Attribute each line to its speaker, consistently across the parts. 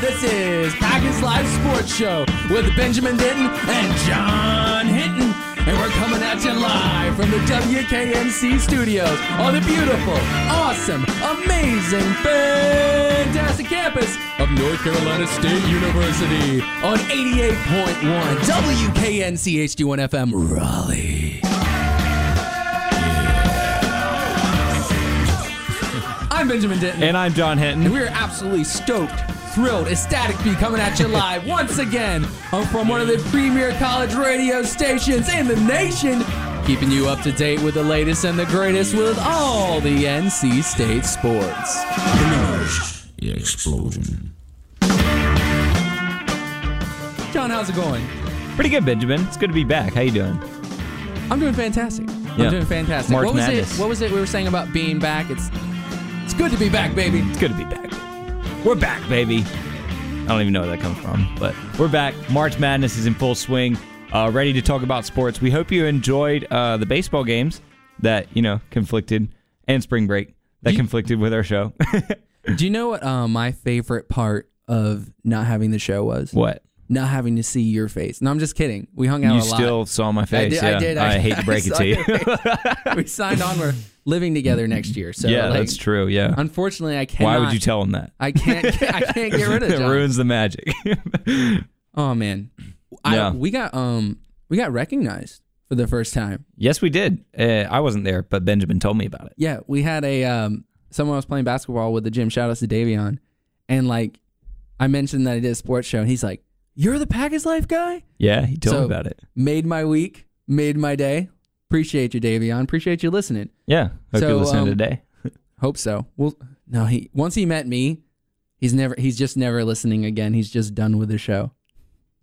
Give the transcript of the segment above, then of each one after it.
Speaker 1: This is Packers Live Sports Show with Benjamin Denton and John Hinton. And we're coming at you live from the WKNC studios on the beautiful, awesome, amazing, fantastic campus of North Carolina State University on 88.1 WKNC HD1 FM Raleigh. I'm Benjamin Denton.
Speaker 2: And I'm John
Speaker 1: And
Speaker 2: Hinton.
Speaker 1: we are absolutely stoked, thrilled, ecstatic to be coming at you live once again I'm from one of the premier college radio stations in the nation, keeping you up to date with the latest and the greatest with all the NC State sports.
Speaker 3: explosion.
Speaker 1: John, how's it going?
Speaker 2: Pretty good, Benjamin. It's good to be back. How you doing?
Speaker 1: I'm doing fantastic.
Speaker 2: Yeah.
Speaker 1: I'm doing fantastic.
Speaker 2: March
Speaker 1: what was
Speaker 2: Madness.
Speaker 1: it? What was it we were saying about being back? It's it's good to be back, baby.
Speaker 2: It's good to be back. We're back, baby. I don't even know where that comes from, but we're back. March Madness is in full swing. Uh, ready to talk about sports. We hope you enjoyed uh, the baseball games that you know conflicted and spring break that
Speaker 1: You-
Speaker 2: conflicted with our show.
Speaker 1: Do you know what uh, my favorite part of not having the show was?
Speaker 2: what?
Speaker 1: Not having to see your face. No, I'm just kidding. We hung out
Speaker 2: You
Speaker 1: a lot.
Speaker 2: still saw my face.
Speaker 1: I did.
Speaker 2: yeah.
Speaker 1: I, did.
Speaker 2: hate to break it to you.
Speaker 1: you. we signed on. We're living together next year. So
Speaker 2: yeah,
Speaker 1: like,
Speaker 2: that's true. Yeah.
Speaker 1: Unfortunately, I cannot.
Speaker 2: Why would you tell him that?
Speaker 1: I can't. I can't get rid of
Speaker 2: it
Speaker 1: John.
Speaker 2: ruins the magic.
Speaker 1: Oh man, I,
Speaker 2: Yeah.
Speaker 1: we got um we got recognized for the first time.
Speaker 2: yes, we did. Uh, I wasn't there, but Benjamin told me about it.
Speaker 1: Yeah, we had a um someone was playing basketball with the gym. Shout out to Davion, and like I mentioned that I did a sports show, and he's like, "You're the Packers Life guy."
Speaker 2: Yeah, he told
Speaker 1: So-
Speaker 2: me about it.
Speaker 1: Made my week. Made my day. Appreciate you, Davion. Appreciate you listening.
Speaker 2: Yeah. Hope
Speaker 1: So,
Speaker 2: you're listening
Speaker 1: um,
Speaker 2: today.
Speaker 1: Hope so. Well, no, he once he met me, he's never he's just never listening again. He's just done with the show.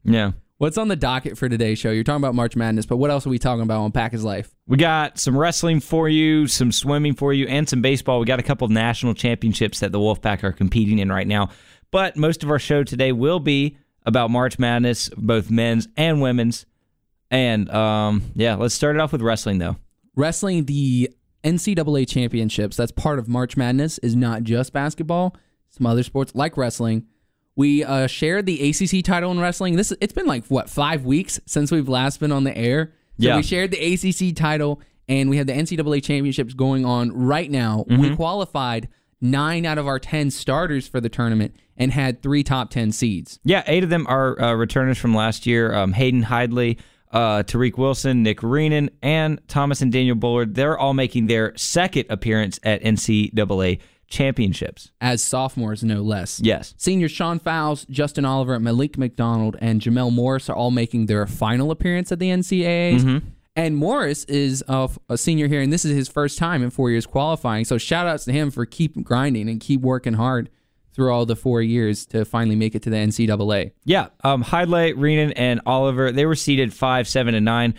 Speaker 2: Yeah.
Speaker 1: What's on the docket for today's show? You're talking about March Madness, but what else are we talking about on Pack His Life?
Speaker 2: We got some wrestling for you, some swimming for you, and some baseball. We got a couple of national championships that the Wolfpack are competing in right now. But most of our show today will be about March Madness, both men's and women's. And um, yeah, let's start it off with wrestling though.
Speaker 1: Wrestling the NCAA championships, that's part of March Madness, is not just basketball, some other sports like wrestling. We uh, shared the ACC title in wrestling. This it's been like what five weeks since we've last been on the air. So
Speaker 2: Yeah.
Speaker 1: we shared the ACC title, and we have the NCAA championships going on right now. We qualified nine out of our ten starters for the tournament and had three top ten seeds.
Speaker 2: Yeah, eight of them are uh, returners from last year. Um, Hayden Hidley, uh, Tariq Wilson, Nick Renan, and Thomas and Daniel Bullard. They're all making their second appearance at NCAA championships.
Speaker 1: as sophomores, no less.
Speaker 2: Yes.
Speaker 1: Seniors Sean Fowles, Justin Oliver, Malik McDonald, and Jamel Morris are all making their final appearance at the NCAAs. And Morris is a, f- a senior here, and this is his first time in four years qualifying. So shout outs to him for keep grinding and keep working hard through all the four years to finally make it to the NCAA.
Speaker 2: Yeah, um, Hidley, Renan, and Oliver, they were seeded 5, 7, and 9,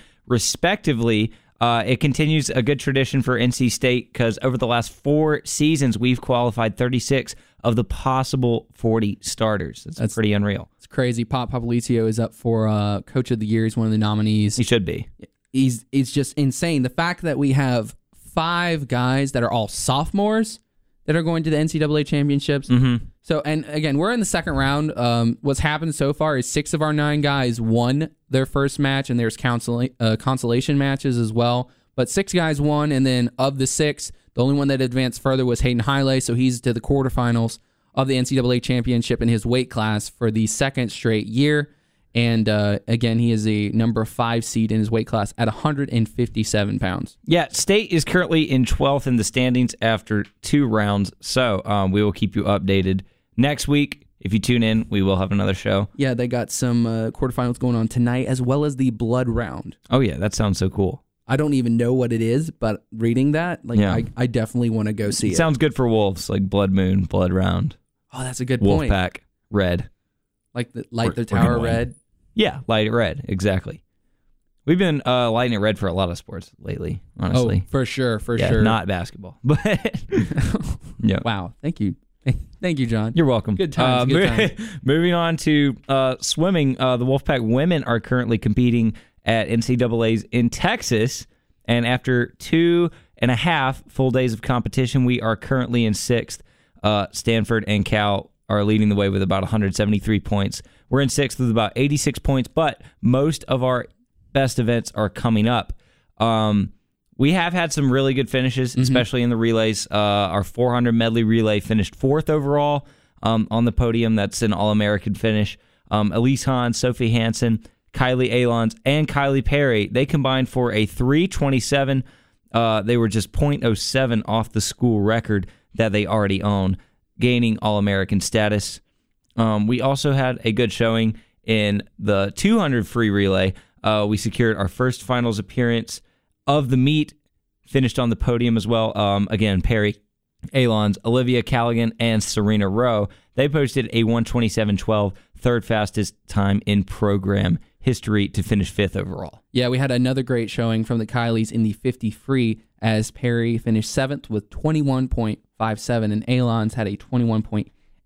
Speaker 2: respectively. Uh, it continues a good tradition for NC State because over the last four seasons, we've qualified 36 of the possible 40 starters. That's, pretty unreal.
Speaker 1: It's crazy. Pop Popolizio is up for uh, Coach of the Year. He's one of the nominees.
Speaker 2: He should be.
Speaker 1: he's it's just insane. The fact that we have five guys that are all sophomores that are going to the NCAA championships. Mm-hmm. So and again, we're in the second round. Um, what's happened so far is six of our nine guys won their first match, and there's consol- uh, consolation matches as well. But six guys won, and then of the six, the only one that advanced further was Hayden Highley, so he's to the quarterfinals of the NCAA championship in his weight class for the second straight year. And uh, again, he is a number five seed in his weight class at 157 pounds.
Speaker 2: Yeah, State is currently in 12th in the standings after two rounds. So um, we will keep you updated next week. If you tune in, we will have another show.
Speaker 1: Yeah, they got some uh, quarterfinals going on tonight, as well as the blood round.
Speaker 2: Oh, yeah, that sounds so cool.
Speaker 1: I don't even know what it is, but reading that, like,
Speaker 2: Yeah.
Speaker 1: I, I definitely want to go see it.
Speaker 2: Sounds good for Wolves, like Blood Moon, Blood Round,
Speaker 1: oh, that's a good
Speaker 2: Wolfpack,
Speaker 1: point.
Speaker 2: Red.
Speaker 1: Like, the, light the
Speaker 3: We're- we're gonna
Speaker 1: tower
Speaker 3: win.
Speaker 1: red.
Speaker 2: Yeah, light it red. Exactly. We've been uh, lighting it red for a lot of sports lately, honestly.
Speaker 1: Oh, for sure, for
Speaker 2: yeah,
Speaker 1: sure.
Speaker 2: not basketball, but yeah.
Speaker 1: wow, thank you, thank you, John.
Speaker 2: You're welcome. Uh,
Speaker 1: Good times, good times.
Speaker 2: moving on to uh, swimming, uh, the Wolfpack women are currently competing at NCAA's in Texas, and after two and a half full days of competition, we are currently in sixth. Uh, Stanford and Cal are leading the way with about 173 points. We're in sixth with about 86 points, but most of our best events are coming up. Um, we have had some really good finishes, especially in the relays. Uh, our 400 medley relay finished fourth overall um, on the podium. That's an All American finish. Um, Elise Hahn, Sophie Hansen, Kylie Alons, and Kylie Perry, they combined for a 327. Uh, they were just 0.07 off the school record that they already own, gaining All American status. Um, we also had a good showing in the 200 free relay. Uh, we secured our first finals appearance of the meet, finished on the podium as well. Um, again, Perry, Alons, Olivia Callaghan, and Serena Rowe. They posted a 127.12, third fastest time in program history to finish fifth overall.
Speaker 1: Yeah, we had another great showing from the Kylies in the 50 free as Perry finished seventh with 21.57 and Alons had a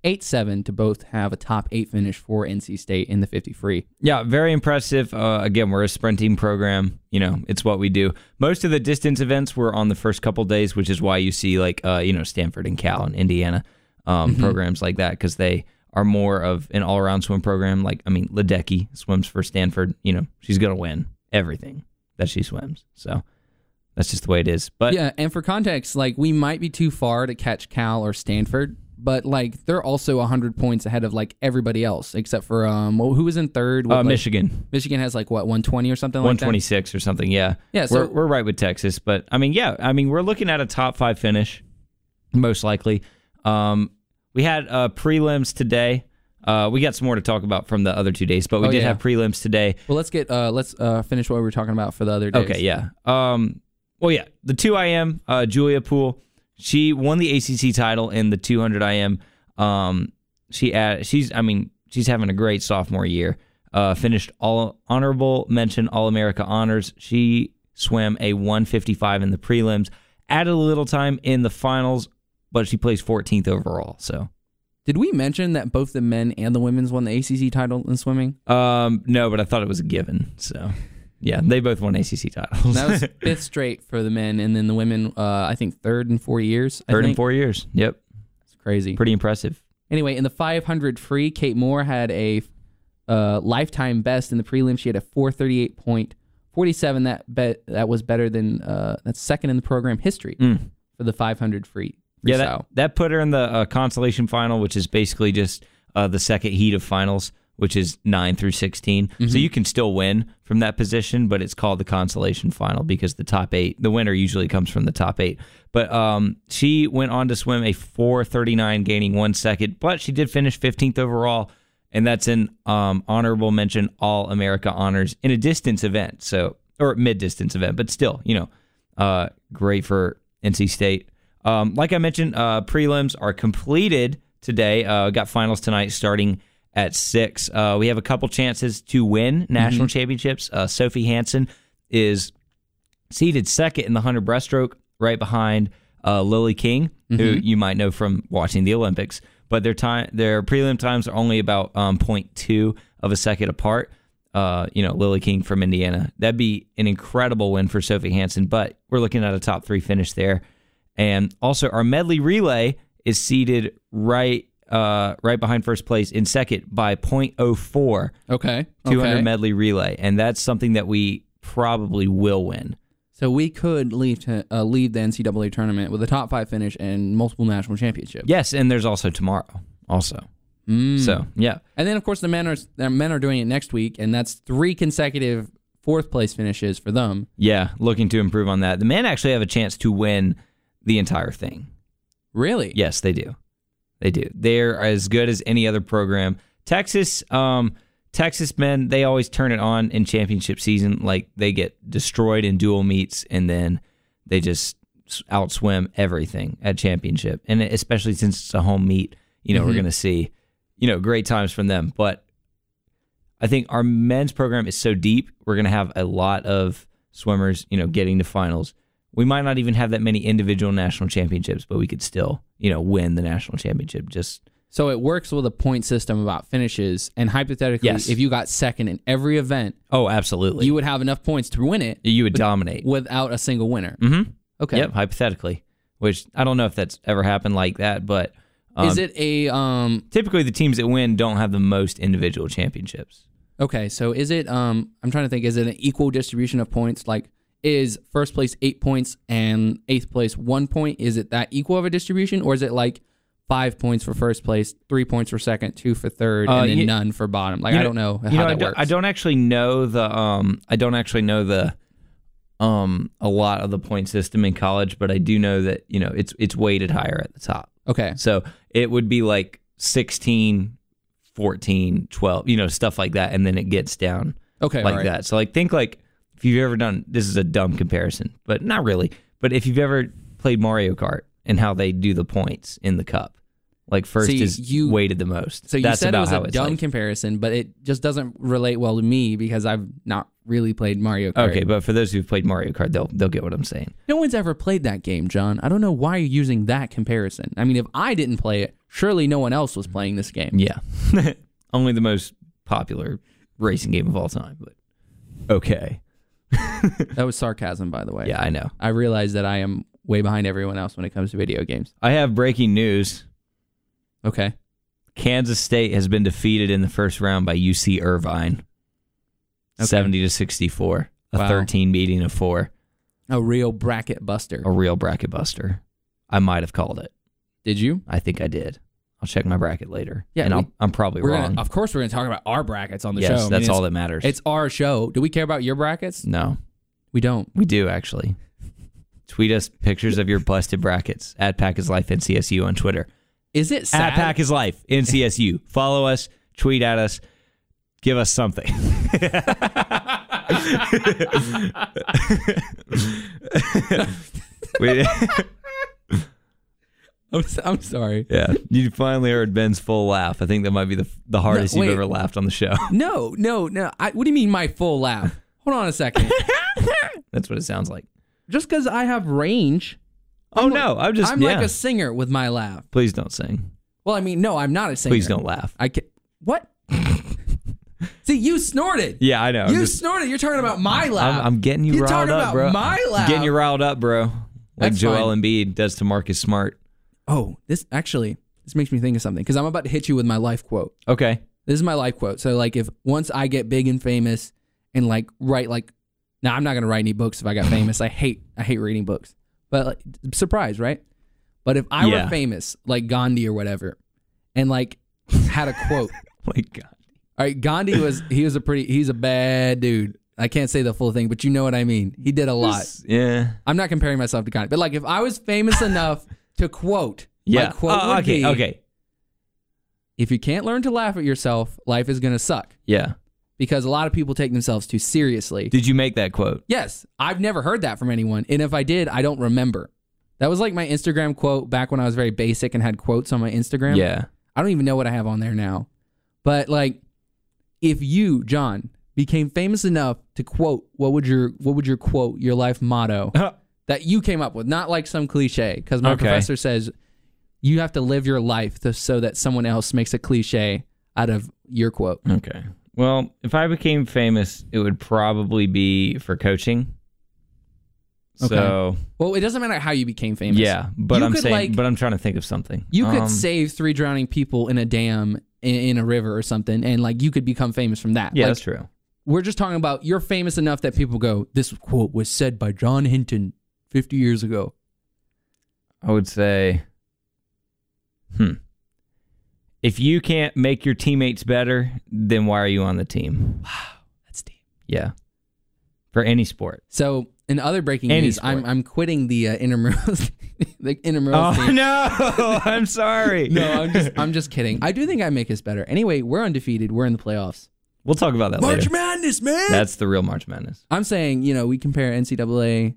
Speaker 1: 21.87 to both have a top eight finish for NC State in the 50 free.
Speaker 2: Yeah, very impressive. Uh, again, we're a sprinting program. You know, it's what we do. Most of the distance events were on the first couple days, which is why you see like uh, you know Stanford and Cal and Indiana um,
Speaker 1: Mm-hmm.
Speaker 2: programs like that because they are more of an all-around swim program. Like I mean, Ledecky swims for Stanford. You know, she's gonna win everything that she swims. So that's just the way it is. But
Speaker 1: Yeah, and for context, like we might be too far to catch Cal or Stanford, but like they're also 100 points ahead of like everybody else except for um well, who was in third? With,
Speaker 2: uh,
Speaker 1: like-
Speaker 2: Michigan,
Speaker 1: Michigan has like what 120 or something like that.
Speaker 2: 126 or something. Yeah.
Speaker 1: Yeah, so-
Speaker 2: we're, we're right with Texas, but I mean, yeah, I mean, we're looking at a top five finish, most likely. Um, we had uh, prelims today. Uh, we got some more to talk about from the other two days, but we
Speaker 1: Oh,
Speaker 2: did
Speaker 1: yeah.
Speaker 2: have prelims today.
Speaker 1: Well, let's get uh let's uh finish what we were talking about for the other days.
Speaker 2: Okay, yeah. Um, well, yeah, the two IM, uh, Julia Poole, she won the ACC title in the 200 IM. Um, she add, she's, I mean, she's having a great sophomore year. Uh, finished all honorable mention All America honors. She swam a 155 in the prelims, added a little time in the finals, but she placed 14th overall. So,
Speaker 1: Did we mention that both the men and the women's won the ACC title in swimming?
Speaker 2: um, no, but I thought it was a given. So, yeah, they both won ACC titles.
Speaker 1: That was fifth straight for the men, and then the women. Uh, I think third in four years. I
Speaker 2: Third in
Speaker 1: think.
Speaker 2: four years. Yep,
Speaker 1: It's crazy.
Speaker 2: pretty impressive.
Speaker 1: Anyway, in the 500 free, Kate Moore had a uh, lifetime best in the prelim. She had a 438.47. That bet that was better than uh, that's second in the program history for the 500 free.
Speaker 2: Mm. Yeah, that,
Speaker 1: freestyle.
Speaker 2: that put her in the uh, consolation final, which is basically just uh, the second heat of finals, which is nine through 16. So you can still win from that position, but it's called the consolation final because the top eight, the winner usually comes from the top eight. But um, she went on to swim a 439, gaining one second, but she did finish 15th overall. And that's an um, honorable mention, All America honors in a distance event. So, or mid distance event, but still, you know, uh, great for NC State. Um, like I mentioned, uh, prelims are completed today. Uh, got finals tonight starting at six. Uh, we have a couple chances to win national championships. Uh, Sophie Hansen is seeded second in the 100 breaststroke, right behind uh, Lily King, who you might know from watching the Olympics. But their time, their prelim times are only about um, 0.2 of a second apart. Uh, you know, Lily King from Indiana. That'd be an incredible win for Sophie Hansen, but we're looking at a top three finish there. And also, our medley relay is seated right, uh, right behind first place in second by 0.04.
Speaker 1: okay.
Speaker 2: 200
Speaker 1: okay.
Speaker 2: medley relay, and that's something that we probably will win.
Speaker 1: So we could leave to uh, leave the NCAA tournament with a top five finish and multiple national championships.
Speaker 2: Yes, and there's also tomorrow. Also,
Speaker 1: Mm. Hmm.
Speaker 2: so yeah,
Speaker 1: And then of course the men are the men are doing it next week, and that's three consecutive fourth place finishes for them.
Speaker 2: yeah. Looking to improve on that. The men actually have a chance to win the entire thing.
Speaker 1: Really?
Speaker 2: Yes, they do. They do. They're as good as any other program. Texas, um, Texas men, they always turn it on in championship season. Like they get destroyed in dual meets, and then they just s- outswim everything at championship. And especially since it's a home meet, you know,
Speaker 1: Mm-hmm.
Speaker 2: we're gonna see, you know, great times from them. But I think our men's program is so deep, we're going to have a lot of swimmers, you know, getting to finals. We might not even have that many individual national championships, but we could still, you know, win the national championship. Just
Speaker 1: So it works with a point system about finishes, and hypothetically,
Speaker 2: Yes.
Speaker 1: if you got second in every event,
Speaker 2: oh, absolutely,
Speaker 1: you
Speaker 2: you,
Speaker 1: would have enough points to win it
Speaker 2: would dominate.
Speaker 1: without a single winner.
Speaker 2: Mhm.
Speaker 1: Okay.
Speaker 2: Yep, hypothetically, which I don't know if that's ever happened like that, but
Speaker 1: Is it a um
Speaker 2: Typically, the teams that win don't have the most individual championships.
Speaker 1: okay, so is it um I'm trying to think is it an equal distribution of points like is first place 8 points and eighth place 1 point is it that equal of a distribution or is it like 5 points for first place, 3 points for second, 2 for third
Speaker 2: Uh,
Speaker 1: and then
Speaker 2: you-
Speaker 1: none for bottom. Like
Speaker 2: You
Speaker 1: I don't know how
Speaker 2: you know,
Speaker 1: that
Speaker 2: I don't,
Speaker 1: works.
Speaker 2: I don't actually know the. Um, I don't actually know the. Um, a lot of the point system in college, but I do know that you know it's it's weighted higher at the top.
Speaker 1: okay.
Speaker 2: So it would be like 16, 14, 12, you know, stuff like that. And then it gets down
Speaker 1: Okay,
Speaker 2: like
Speaker 1: all right.
Speaker 2: that. So, like, think like if you've ever done this is a dumb comparison, but not really. But if you've ever played Mario Kart and how they do the points in the cup, like first
Speaker 1: See,
Speaker 2: is
Speaker 1: you-
Speaker 2: weighted the most.
Speaker 1: So you
Speaker 2: That's
Speaker 1: said
Speaker 2: about
Speaker 1: it was
Speaker 2: how
Speaker 1: a
Speaker 2: it's
Speaker 1: dumb
Speaker 2: like.
Speaker 1: comparison, but it just doesn't relate well to me because I've not really played Mario Kart.
Speaker 2: Okay, but for those who've played Mario Kart, they'll they'll get what I'm saying.
Speaker 1: No one's ever played that game, John. I don't know why you're using that comparison. I mean, if I didn't play it, surely no one else was playing this game.
Speaker 2: Yeah, only the most popular racing game of all time. But okay,
Speaker 1: That was sarcasm, by the way.
Speaker 2: yeah, I know.
Speaker 1: I realize that I am way behind everyone else when it comes to video games.
Speaker 2: I have breaking news.
Speaker 1: Okay.
Speaker 2: Kansas State has been defeated in the first round by UC Irvine,
Speaker 1: Okay.
Speaker 2: seventy to sixty-four. A
Speaker 1: Wow.
Speaker 2: thirteen beating a four.
Speaker 1: A real bracket buster.
Speaker 2: A real bracket buster. I might have called it.
Speaker 1: Did you?
Speaker 2: I think I did. I'll check my bracket later.
Speaker 1: Yeah,
Speaker 2: and
Speaker 1: we-
Speaker 2: I'll, I'm probably
Speaker 1: We're
Speaker 2: wrong.
Speaker 1: gonna, of course, we're going to talk about our brackets on the show. I
Speaker 2: yes,
Speaker 1: mean,
Speaker 2: that's
Speaker 1: it's-
Speaker 2: all that matters.
Speaker 1: It's our show. Do we care about your brackets?
Speaker 2: no,
Speaker 1: We don't.
Speaker 2: we do actually. Tweet us pictures of your busted brackets at Pack is Life NCSU on Twitter.
Speaker 1: Is it sad?
Speaker 2: At Pack is Life NCSU. Follow us. Tweet at us. Give us something. we,
Speaker 1: I'm, so- I'm sorry.
Speaker 2: yeah, you finally heard Ben's full laugh. I think that might be the the hardest
Speaker 1: wait.
Speaker 2: you've ever laughed on the show.
Speaker 1: No, no, no. I, what do you mean my full laugh? Hold on a second.
Speaker 2: That's what it sounds like.
Speaker 1: just because I have range,
Speaker 2: Oh no, I'm just
Speaker 1: I'm
Speaker 2: yeah.
Speaker 1: like a singer with my laugh.
Speaker 2: Please don't sing.
Speaker 1: Well, I mean, no, I'm not a singer.
Speaker 2: Please don't laugh.
Speaker 1: I can What? See, you snorted.
Speaker 2: Yeah, I know. I'm,
Speaker 1: you
Speaker 2: just-
Speaker 1: snorted. You're talking about my laugh.
Speaker 2: I'm, I'm getting you
Speaker 1: You're
Speaker 2: riled
Speaker 1: talking about
Speaker 2: up, bro.
Speaker 1: my laugh.
Speaker 2: Getting you riled up, bro. Like
Speaker 1: That's
Speaker 2: Joel Embiid does to Marcus Smart.
Speaker 1: oh, this actually this makes me think of something because I'm about to hit you with my life quote.
Speaker 2: Okay.
Speaker 1: This is my life quote. So, like, if once I get big and famous, and like write like, now I'm not gonna write any books if I got famous. I hate I hate reading books. But like, surprise, right? But if I
Speaker 2: Yeah.
Speaker 1: were famous, like Gandhi or whatever, and like had a quote.
Speaker 2: My God.
Speaker 1: All right, Gandhi was he was a pretty he's a bad dude. I can't say the full thing, but you know what I mean. He did a lot.
Speaker 2: Yeah.
Speaker 1: I'm not comparing myself to Gandhi, but like if I was famous enough to quote,
Speaker 2: Yeah.
Speaker 1: my quote
Speaker 2: Oh,
Speaker 1: would
Speaker 2: okay.
Speaker 1: be,
Speaker 2: Okay.
Speaker 1: If you can't learn to laugh at yourself, life is gonna suck
Speaker 2: Yeah.
Speaker 1: because a lot of people take themselves too seriously.
Speaker 2: Did you make that quote?
Speaker 1: yes, I've never heard that from anyone, and if I did, I don't remember. That was like my Instagram quote back when I was very basic and had quotes on my Instagram.
Speaker 2: Yeah.
Speaker 1: I don't even know what I have on there now. But like if you, John, became famous enough to quote what would your what would your quote, your life motto that you came up with, not like some cliche cuz my
Speaker 2: Okay.
Speaker 1: professor says you have to live your life to, so that someone else makes a cliche out of your quote.
Speaker 2: Okay. Well, if I became famous, it would probably be for coaching. So
Speaker 1: Well, it doesn't matter how you became famous.
Speaker 2: yeah, but
Speaker 1: You
Speaker 2: I'm
Speaker 1: could,
Speaker 2: saying,
Speaker 1: like-
Speaker 2: but I'm trying to think of something.
Speaker 1: You could
Speaker 2: Um,
Speaker 1: save 3 drowning people in a dam in, in a river or something and like you could become famous from that.
Speaker 2: Yeah,
Speaker 1: Like,
Speaker 2: that's true.
Speaker 1: we're just talking about you're famous enough that people go, this quote was said by John Hinton 50 years ago.
Speaker 2: I would say, hmm. If you can't make your teammates better, then why are you on the team?
Speaker 1: That's deep.
Speaker 2: Yeah. For any sport.
Speaker 1: So, in other breaking
Speaker 2: Any
Speaker 1: news,
Speaker 2: sport. Oh.
Speaker 1: I'm, I'm quitting the uh, intramurals, the intramurals team.
Speaker 2: no. I'm sorry.
Speaker 1: No, I'm just I'm just kidding. I do think I make us better. Anyway, we're undefeated. We're in the playoffs.
Speaker 2: We'll talk about that later.
Speaker 1: Madness, man.
Speaker 2: That's the real March Madness.
Speaker 1: I'm saying, you know, we compare NCAA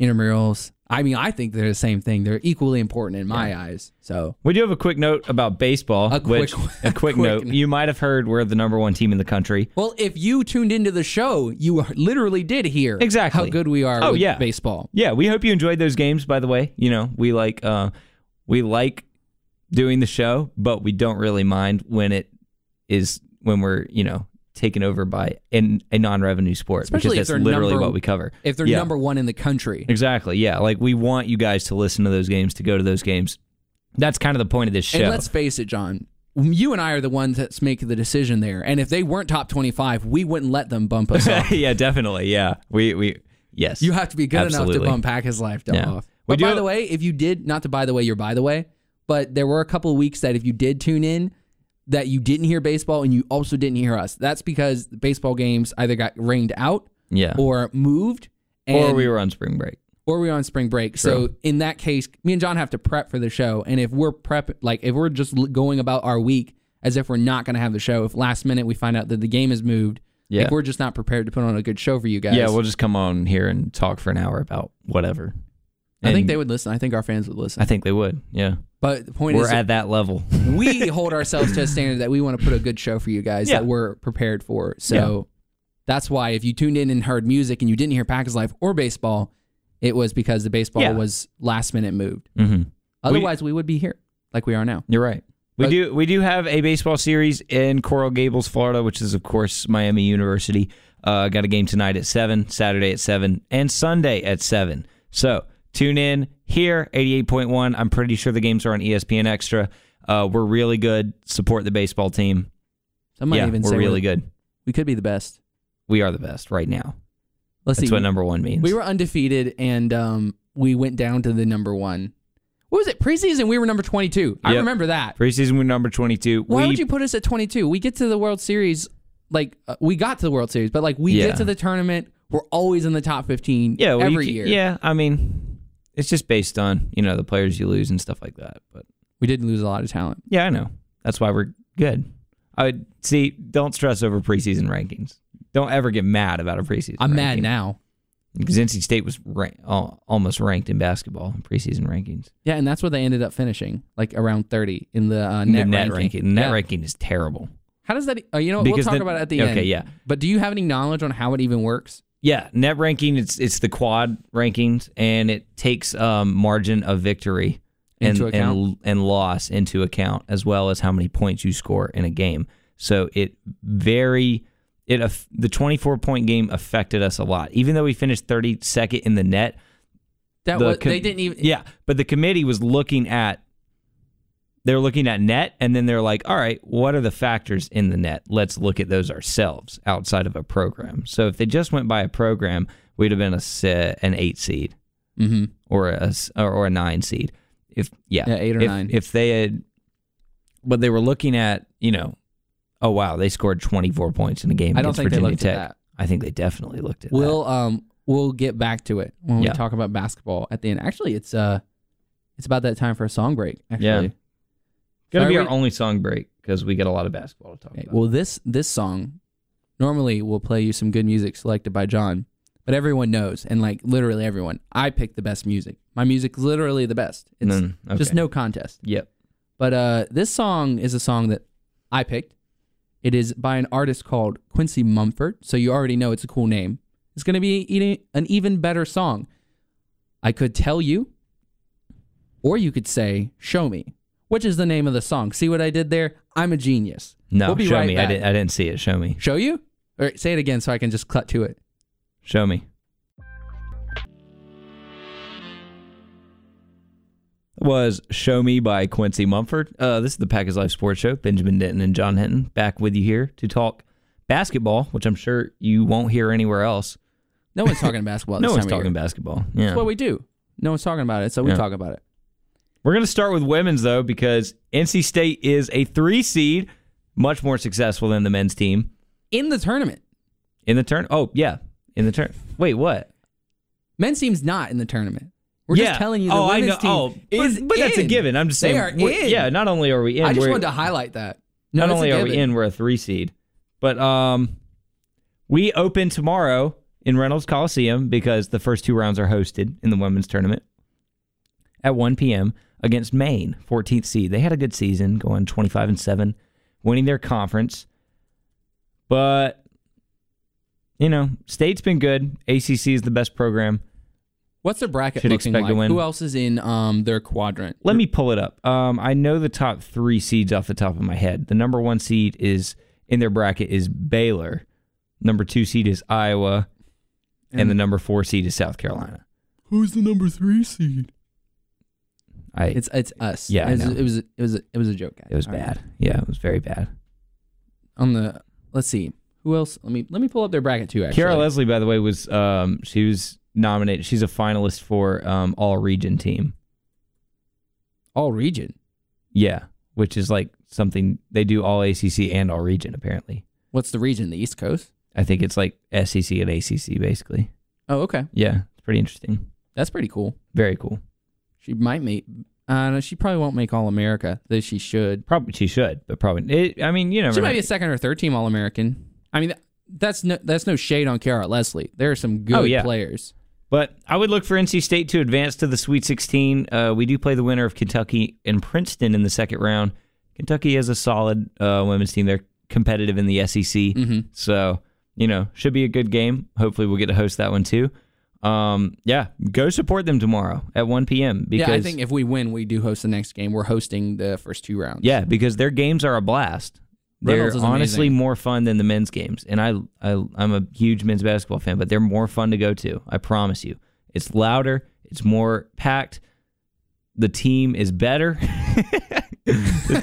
Speaker 1: intramurals. I mean, I think they're the same thing. They're equally important in my eyes. So,
Speaker 2: We do have a quick note about baseball.
Speaker 1: A quick-
Speaker 2: which, a quick,
Speaker 1: quick
Speaker 2: note.
Speaker 1: note.
Speaker 2: You might have heard we're the number one team in the country.
Speaker 1: well, if you tuned into the show, you literally did hear
Speaker 2: Exactly.
Speaker 1: how good we are
Speaker 2: Oh,
Speaker 1: with
Speaker 2: yeah.
Speaker 1: baseball.
Speaker 2: Yeah, we hope you enjoyed those games. By the way, you know we like uh, we like doing the show, but we don't really mind when it is when we're you know taken over by an, a non-revenue sport
Speaker 1: Especially if
Speaker 2: because
Speaker 1: they're
Speaker 2: that's literally
Speaker 1: number-
Speaker 2: what we cover.
Speaker 1: if they're
Speaker 2: Yeah.
Speaker 1: number one in the country.
Speaker 2: Exactly. Yeah, like we want you guys to listen to those games, to go to those games, That's kind of the point of this show.
Speaker 1: And let's face it, John. You and I are the ones that's making the decision there. And if they weren't top 25, we wouldn't let them bump us up.
Speaker 2: yeah, definitely. Yeah, we we yes.
Speaker 1: You have to be good enough
Speaker 2: Absolutely.
Speaker 1: to bump Packers life
Speaker 2: Yeah.
Speaker 1: off.
Speaker 2: We
Speaker 1: But
Speaker 2: do-
Speaker 1: by the way, if you did, not to by the way, you're by the way, but there were a couple of weeks that if you did tune in, that you didn't hear baseball and you also didn't hear us. That's because baseball games either got rained out
Speaker 2: yeah, or,
Speaker 1: or moved, and,
Speaker 2: Oh. we were on spring break.
Speaker 1: or we were on spring break. So in that case, me and John have to prep for the show, and if we're prep, like if we're just l- going about our week as if we're not going to have the show, if last minute we find out that the game is moved,
Speaker 2: Yeah.
Speaker 1: like we're just not prepared to put on a good show for you guys.
Speaker 2: Yeah, we'll just come on here and talk for an hour about whatever.
Speaker 1: I think
Speaker 2: And
Speaker 1: they would listen. I think our fans would listen.
Speaker 2: I think they would. Yeah,
Speaker 1: But the point
Speaker 2: we're
Speaker 1: is,
Speaker 2: at that level.
Speaker 1: we hold ourselves to a standard that we want to put a good show for you guys
Speaker 2: Yeah.
Speaker 1: that we're prepared for. So that's why if you tuned in and heard music and you didn't hear Packers Life or baseball, it was because the baseball
Speaker 2: Yeah.
Speaker 1: was last minute moved.
Speaker 2: hmm
Speaker 1: Otherwise, we, would be here like we are now.
Speaker 2: You're right. We
Speaker 1: But-
Speaker 2: do we do have a baseball series in Coral Gables, Florida, which is of course Miami University. Uh, got a game tonight at seven, Saturday at seven, and Sunday at seven. So tune in here, eighty-eight point one. I'm pretty sure the games are on E ESPN Extra. Uh, we're really good. Support the baseball team.
Speaker 1: Some might
Speaker 2: yeah,
Speaker 1: even
Speaker 2: we're
Speaker 1: say
Speaker 2: really
Speaker 1: we
Speaker 2: good.
Speaker 1: we could be the best.
Speaker 2: We are the best right now.
Speaker 1: Let's
Speaker 2: That's
Speaker 1: see.
Speaker 2: what number one means.
Speaker 1: we were undefeated and um, we went down to the number one. What was it? Preseason, we were number 22. I
Speaker 2: Yep.
Speaker 1: remember that.
Speaker 2: preseason. We're number twenty-two.
Speaker 1: Why
Speaker 2: we
Speaker 1: would you put us at 22? We get to the World Series, like uh, we got to the World Series, but like we
Speaker 2: Yeah.
Speaker 1: get to the tournament, we're always in the top 15
Speaker 2: yeah well, you
Speaker 1: every
Speaker 2: ca-
Speaker 1: year.
Speaker 2: Yeah, I mean, it's just based on you know the players you lose and stuff like that. But
Speaker 1: We did lose a lot of talent.
Speaker 2: Yeah, I know. That's why we're good. I would see. Don't stress over preseason rankings. Don't ever get mad about a preseason.
Speaker 1: I'm mad now.
Speaker 2: because NC State was ra- al- almost ranked in basketball in preseason rankings.
Speaker 1: Yeah, and that's where they ended up finishing, like around 30 in the uh,
Speaker 2: The
Speaker 1: net,
Speaker 2: net
Speaker 1: ranking.
Speaker 2: ranking. Net
Speaker 1: Yeah.
Speaker 2: ranking is terrible.
Speaker 1: How does that? Oh, you know, what? we'll
Speaker 2: Because
Speaker 1: talk
Speaker 2: then-
Speaker 1: about it at the
Speaker 2: okay,
Speaker 1: end.
Speaker 2: yeah.
Speaker 1: But do you have any knowledge on how it even works?
Speaker 2: Yeah, net ranking. It's it's the quad rankings, and it takes um, margin of victory and
Speaker 1: Into
Speaker 2: and and loss into account, as well as how many points you score in a game. So it very it aff- the twenty four point game affected us a lot, even though we finished thirty second in the net.
Speaker 1: That
Speaker 2: the
Speaker 1: was,
Speaker 2: com-
Speaker 1: they didn't even.
Speaker 2: yeah, but the committee was looking at they're looking at net, and then they're like, all right, what are the factors in the net? Let's look at those ourselves outside of a program. So if they just went by a program, we'd have been a se- an eight seed
Speaker 1: hmm
Speaker 2: or a s- or, or a nine seed. If yeah,
Speaker 1: Yeah, eight or
Speaker 2: if,
Speaker 1: nine.
Speaker 2: If they had, but they were looking at you know, oh wow, they scored twenty four points in a game.
Speaker 1: I don't
Speaker 2: against
Speaker 1: think they
Speaker 2: Virginia
Speaker 1: looked
Speaker 2: Tech.
Speaker 1: at that.
Speaker 2: I think they definitely looked at that.
Speaker 1: We'll um we'll get back to it when
Speaker 2: Yeah.
Speaker 1: we talk about basketball at the end. Actually, it's uh it's about that time for a song break. Actually.
Speaker 2: Yeah. Gonna
Speaker 1: Are
Speaker 2: be
Speaker 1: we-
Speaker 2: our only song break because we get a lot of basketball to talk
Speaker 1: Okay,
Speaker 2: about.
Speaker 1: well, this this song normally we'll play you some good music selected by John, but everyone knows, and like literally everyone, I pick the best music. My music's literally the best. It's
Speaker 2: Mm, okay.
Speaker 1: just no contest.
Speaker 2: Yep.
Speaker 1: But uh, this song is a song that I picked. It is by an artist called Quincy Mumford, so you already know it's a cool name. It's going to be eating an even better song. I could tell you, or you could say, "Show me," which is the name of the song. See what I did there? I'm a genius.
Speaker 2: No,
Speaker 1: We'll be
Speaker 2: show
Speaker 1: right
Speaker 2: me.
Speaker 1: back.
Speaker 2: I didn't. I didn't see it. Show me.
Speaker 1: Show you? All right, say it again so I can just cut to it.
Speaker 2: Show me. Was "Show Me" by Quincy Mumford. Uh, this is the Packers Life Sports Show. Benjamin Denton and John Hinton back with you here to talk basketball, which I'm sure you won't hear anywhere else.
Speaker 1: No one's talking basketball.
Speaker 2: No
Speaker 1: this
Speaker 2: one's
Speaker 1: time of
Speaker 2: talking
Speaker 1: year.
Speaker 2: basketball. Yeah,
Speaker 1: That's what we do. No one's talking about it, so we
Speaker 2: Yeah.
Speaker 1: talk about it.
Speaker 2: We're going to start with women's, though, because NC State is a three seed, much more successful than the men's team
Speaker 1: In the tournament,
Speaker 2: in the turn. Oh, yeah, in the turn. Wait, what?
Speaker 1: men's team's not in the tournament. We're
Speaker 2: Yeah.
Speaker 1: just telling you the
Speaker 2: oh,
Speaker 1: women's
Speaker 2: I know.
Speaker 1: team
Speaker 2: oh, but-
Speaker 1: is
Speaker 2: but, that's a
Speaker 1: in.
Speaker 2: given. I'm just saying.
Speaker 1: They are
Speaker 2: we're-
Speaker 1: in.
Speaker 2: Yeah, not only are we in,
Speaker 1: I just
Speaker 2: we're,
Speaker 1: wanted to highlight that. No, it's
Speaker 2: not
Speaker 1: a
Speaker 2: only are we
Speaker 1: given.
Speaker 2: in, we're a three seed. But um, we open tomorrow in Reynolds Coliseum because the first two rounds are hosted in the women's tournament at 1 p.m. against Maine, 14th seed. They had a good season, going 25 and seven, winning their conference. But you know, state's been good. ACC is the best program.
Speaker 1: What's their bracket
Speaker 2: Should
Speaker 1: looking
Speaker 2: expect
Speaker 1: like?
Speaker 2: to win.
Speaker 1: Who else is in um their quadrant?
Speaker 2: Let me pull it up. Um, I know the top three seeds off the top of my head. The number one seed is in their bracket is Baylor. Number two seed is Iowa, and, the number four seed is South Carolina.
Speaker 1: Who's the number three seed?
Speaker 2: I
Speaker 1: It's it's us.
Speaker 2: Yeah,
Speaker 1: it
Speaker 2: I
Speaker 1: was,
Speaker 2: know.
Speaker 1: it was it was it was a joke. Guys.
Speaker 2: it was
Speaker 1: All right.
Speaker 2: bad. Yeah, it was very bad.
Speaker 1: On the let's see who else. Let me let me pull up their bracket too. Actually,
Speaker 2: Kara Leslie, by the way, was um she was nominated. She's a finalist for um all region team.
Speaker 1: all region.
Speaker 2: Yeah, which is like something they do all ACC and all region apparently.
Speaker 1: What's the region? The East Coast.
Speaker 2: I think it's like SEC and ACC basically.
Speaker 1: Oh, okay,
Speaker 2: Yeah, it's pretty interesting.
Speaker 1: that's pretty cool.
Speaker 2: Very cool.
Speaker 1: She might make. Uh, no, she probably won't make All America. Though she should.
Speaker 2: Probably she should, but probably it, I mean you never
Speaker 1: She
Speaker 2: know.
Speaker 1: might be a second or third team All American. I mean, that's no that's no shade on Kara Leslie. There are some good
Speaker 2: Oh, yeah.
Speaker 1: players.
Speaker 2: But I would look for NC State to advance to the Sweet 16. Uh, we do play the winner of Kentucky and Princeton in the second round. Kentucky is a solid uh, women's team. They're competitive in the SEC.
Speaker 1: Mm-hmm.
Speaker 2: So, you know, should be a good game. Hopefully, we'll get to host that one too. Um, yeah, go support them tomorrow at 1 p.m. Because,
Speaker 1: yeah, I think if we win, we do host the next game. We're hosting the first two rounds.
Speaker 2: yeah, because their games are a blast. They're
Speaker 1: Reynolds is
Speaker 2: honestly
Speaker 1: amazing.
Speaker 2: more fun than the men's games. And I, I, I'm a huge men's basketball fan, but they're more fun to go to. I promise you. It's louder, it's more packed. The team is better. the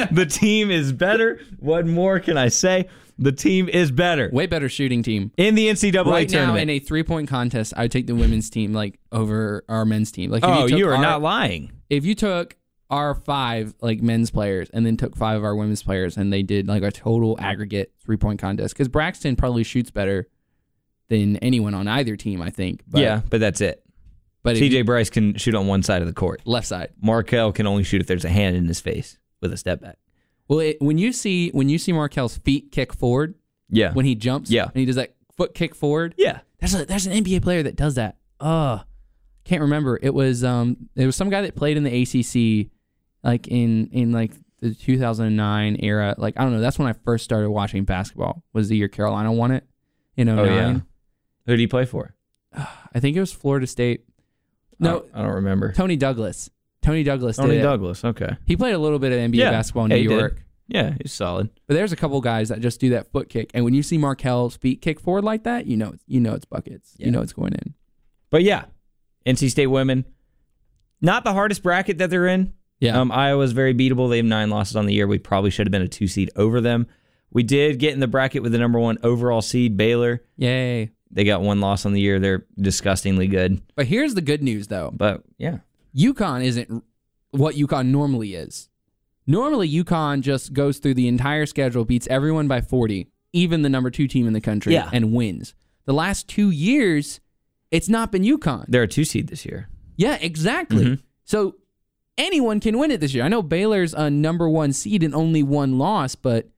Speaker 2: team, the team is better. What more can I say? The team is better
Speaker 1: way better shooting team.
Speaker 2: in the NCAA
Speaker 1: right now
Speaker 2: tournament.
Speaker 1: in a three point contest, I would take the women's team like over our men's team. Like if
Speaker 2: oh,
Speaker 1: you, took
Speaker 2: you are
Speaker 1: our,
Speaker 2: not lying.
Speaker 1: If you took our five like men's players and then took five of our women's players and they did like a total aggregate three point contest because Braxton probably shoots better than anyone on either team. I think. But,
Speaker 2: yeah, but that's it.
Speaker 1: but if you-
Speaker 2: TJ Bryce can shoot on one side of the court.
Speaker 1: left side.
Speaker 2: Markel can only shoot if there's a hand in his face with a step back.
Speaker 1: Well, it, when you see when you see Markel's feet kick forward
Speaker 2: Yeah.
Speaker 1: when he jumps,
Speaker 2: Yeah.
Speaker 1: and he does that foot kick forward.
Speaker 2: yeah.
Speaker 1: There's a, there's an NBA player that does that. Uh can't remember. It was um there was some guy that played in the ACC like in in like the 2009 era. Like I don't know, that's when I first started watching basketball. Was the year Carolina won it in 09.
Speaker 2: Oh, yeah. Who did he play for?
Speaker 1: I think it was Florida State. No,
Speaker 2: I, I don't remember.
Speaker 1: Tony Douglas. Tony Douglas
Speaker 2: Uh, Tony
Speaker 1: did it.
Speaker 2: Douglas. Okay.
Speaker 1: He played a little bit of NBA
Speaker 2: Yeah.
Speaker 1: basketball in
Speaker 2: Yeah, he
Speaker 1: New
Speaker 2: did.
Speaker 1: York.
Speaker 2: Yeah, he's solid.
Speaker 1: But there's a couple guys that just do that foot kick, and when you see Markel's feet kick forward like that, you know it's you know it's buckets.
Speaker 2: Yeah.
Speaker 1: You know it's going in.
Speaker 2: But yeah, NC State women, not the hardest bracket that they're in.
Speaker 1: Yeah.
Speaker 2: Um, Iowa's very beatable. They have nine losses on the year. We probably should have been a two seed over them. We did get in the bracket with the number one overall seed, Baylor.
Speaker 1: Yay!
Speaker 2: They got one loss on the year. They're disgustingly good.
Speaker 1: But here's the good news though.
Speaker 2: But yeah.
Speaker 1: UConn isn't what UConn normally is. Normally, UConn just goes through the entire schedule, beats everyone by 40, even the number two team in the country,
Speaker 2: Yeah.
Speaker 1: and wins. The last two years, it's not been UConn.
Speaker 2: They're a two seed this year.
Speaker 1: Yeah, exactly.
Speaker 2: Mm-hmm.
Speaker 1: So anyone can win it this year. I know Baylor's a number one seed and only one loss, but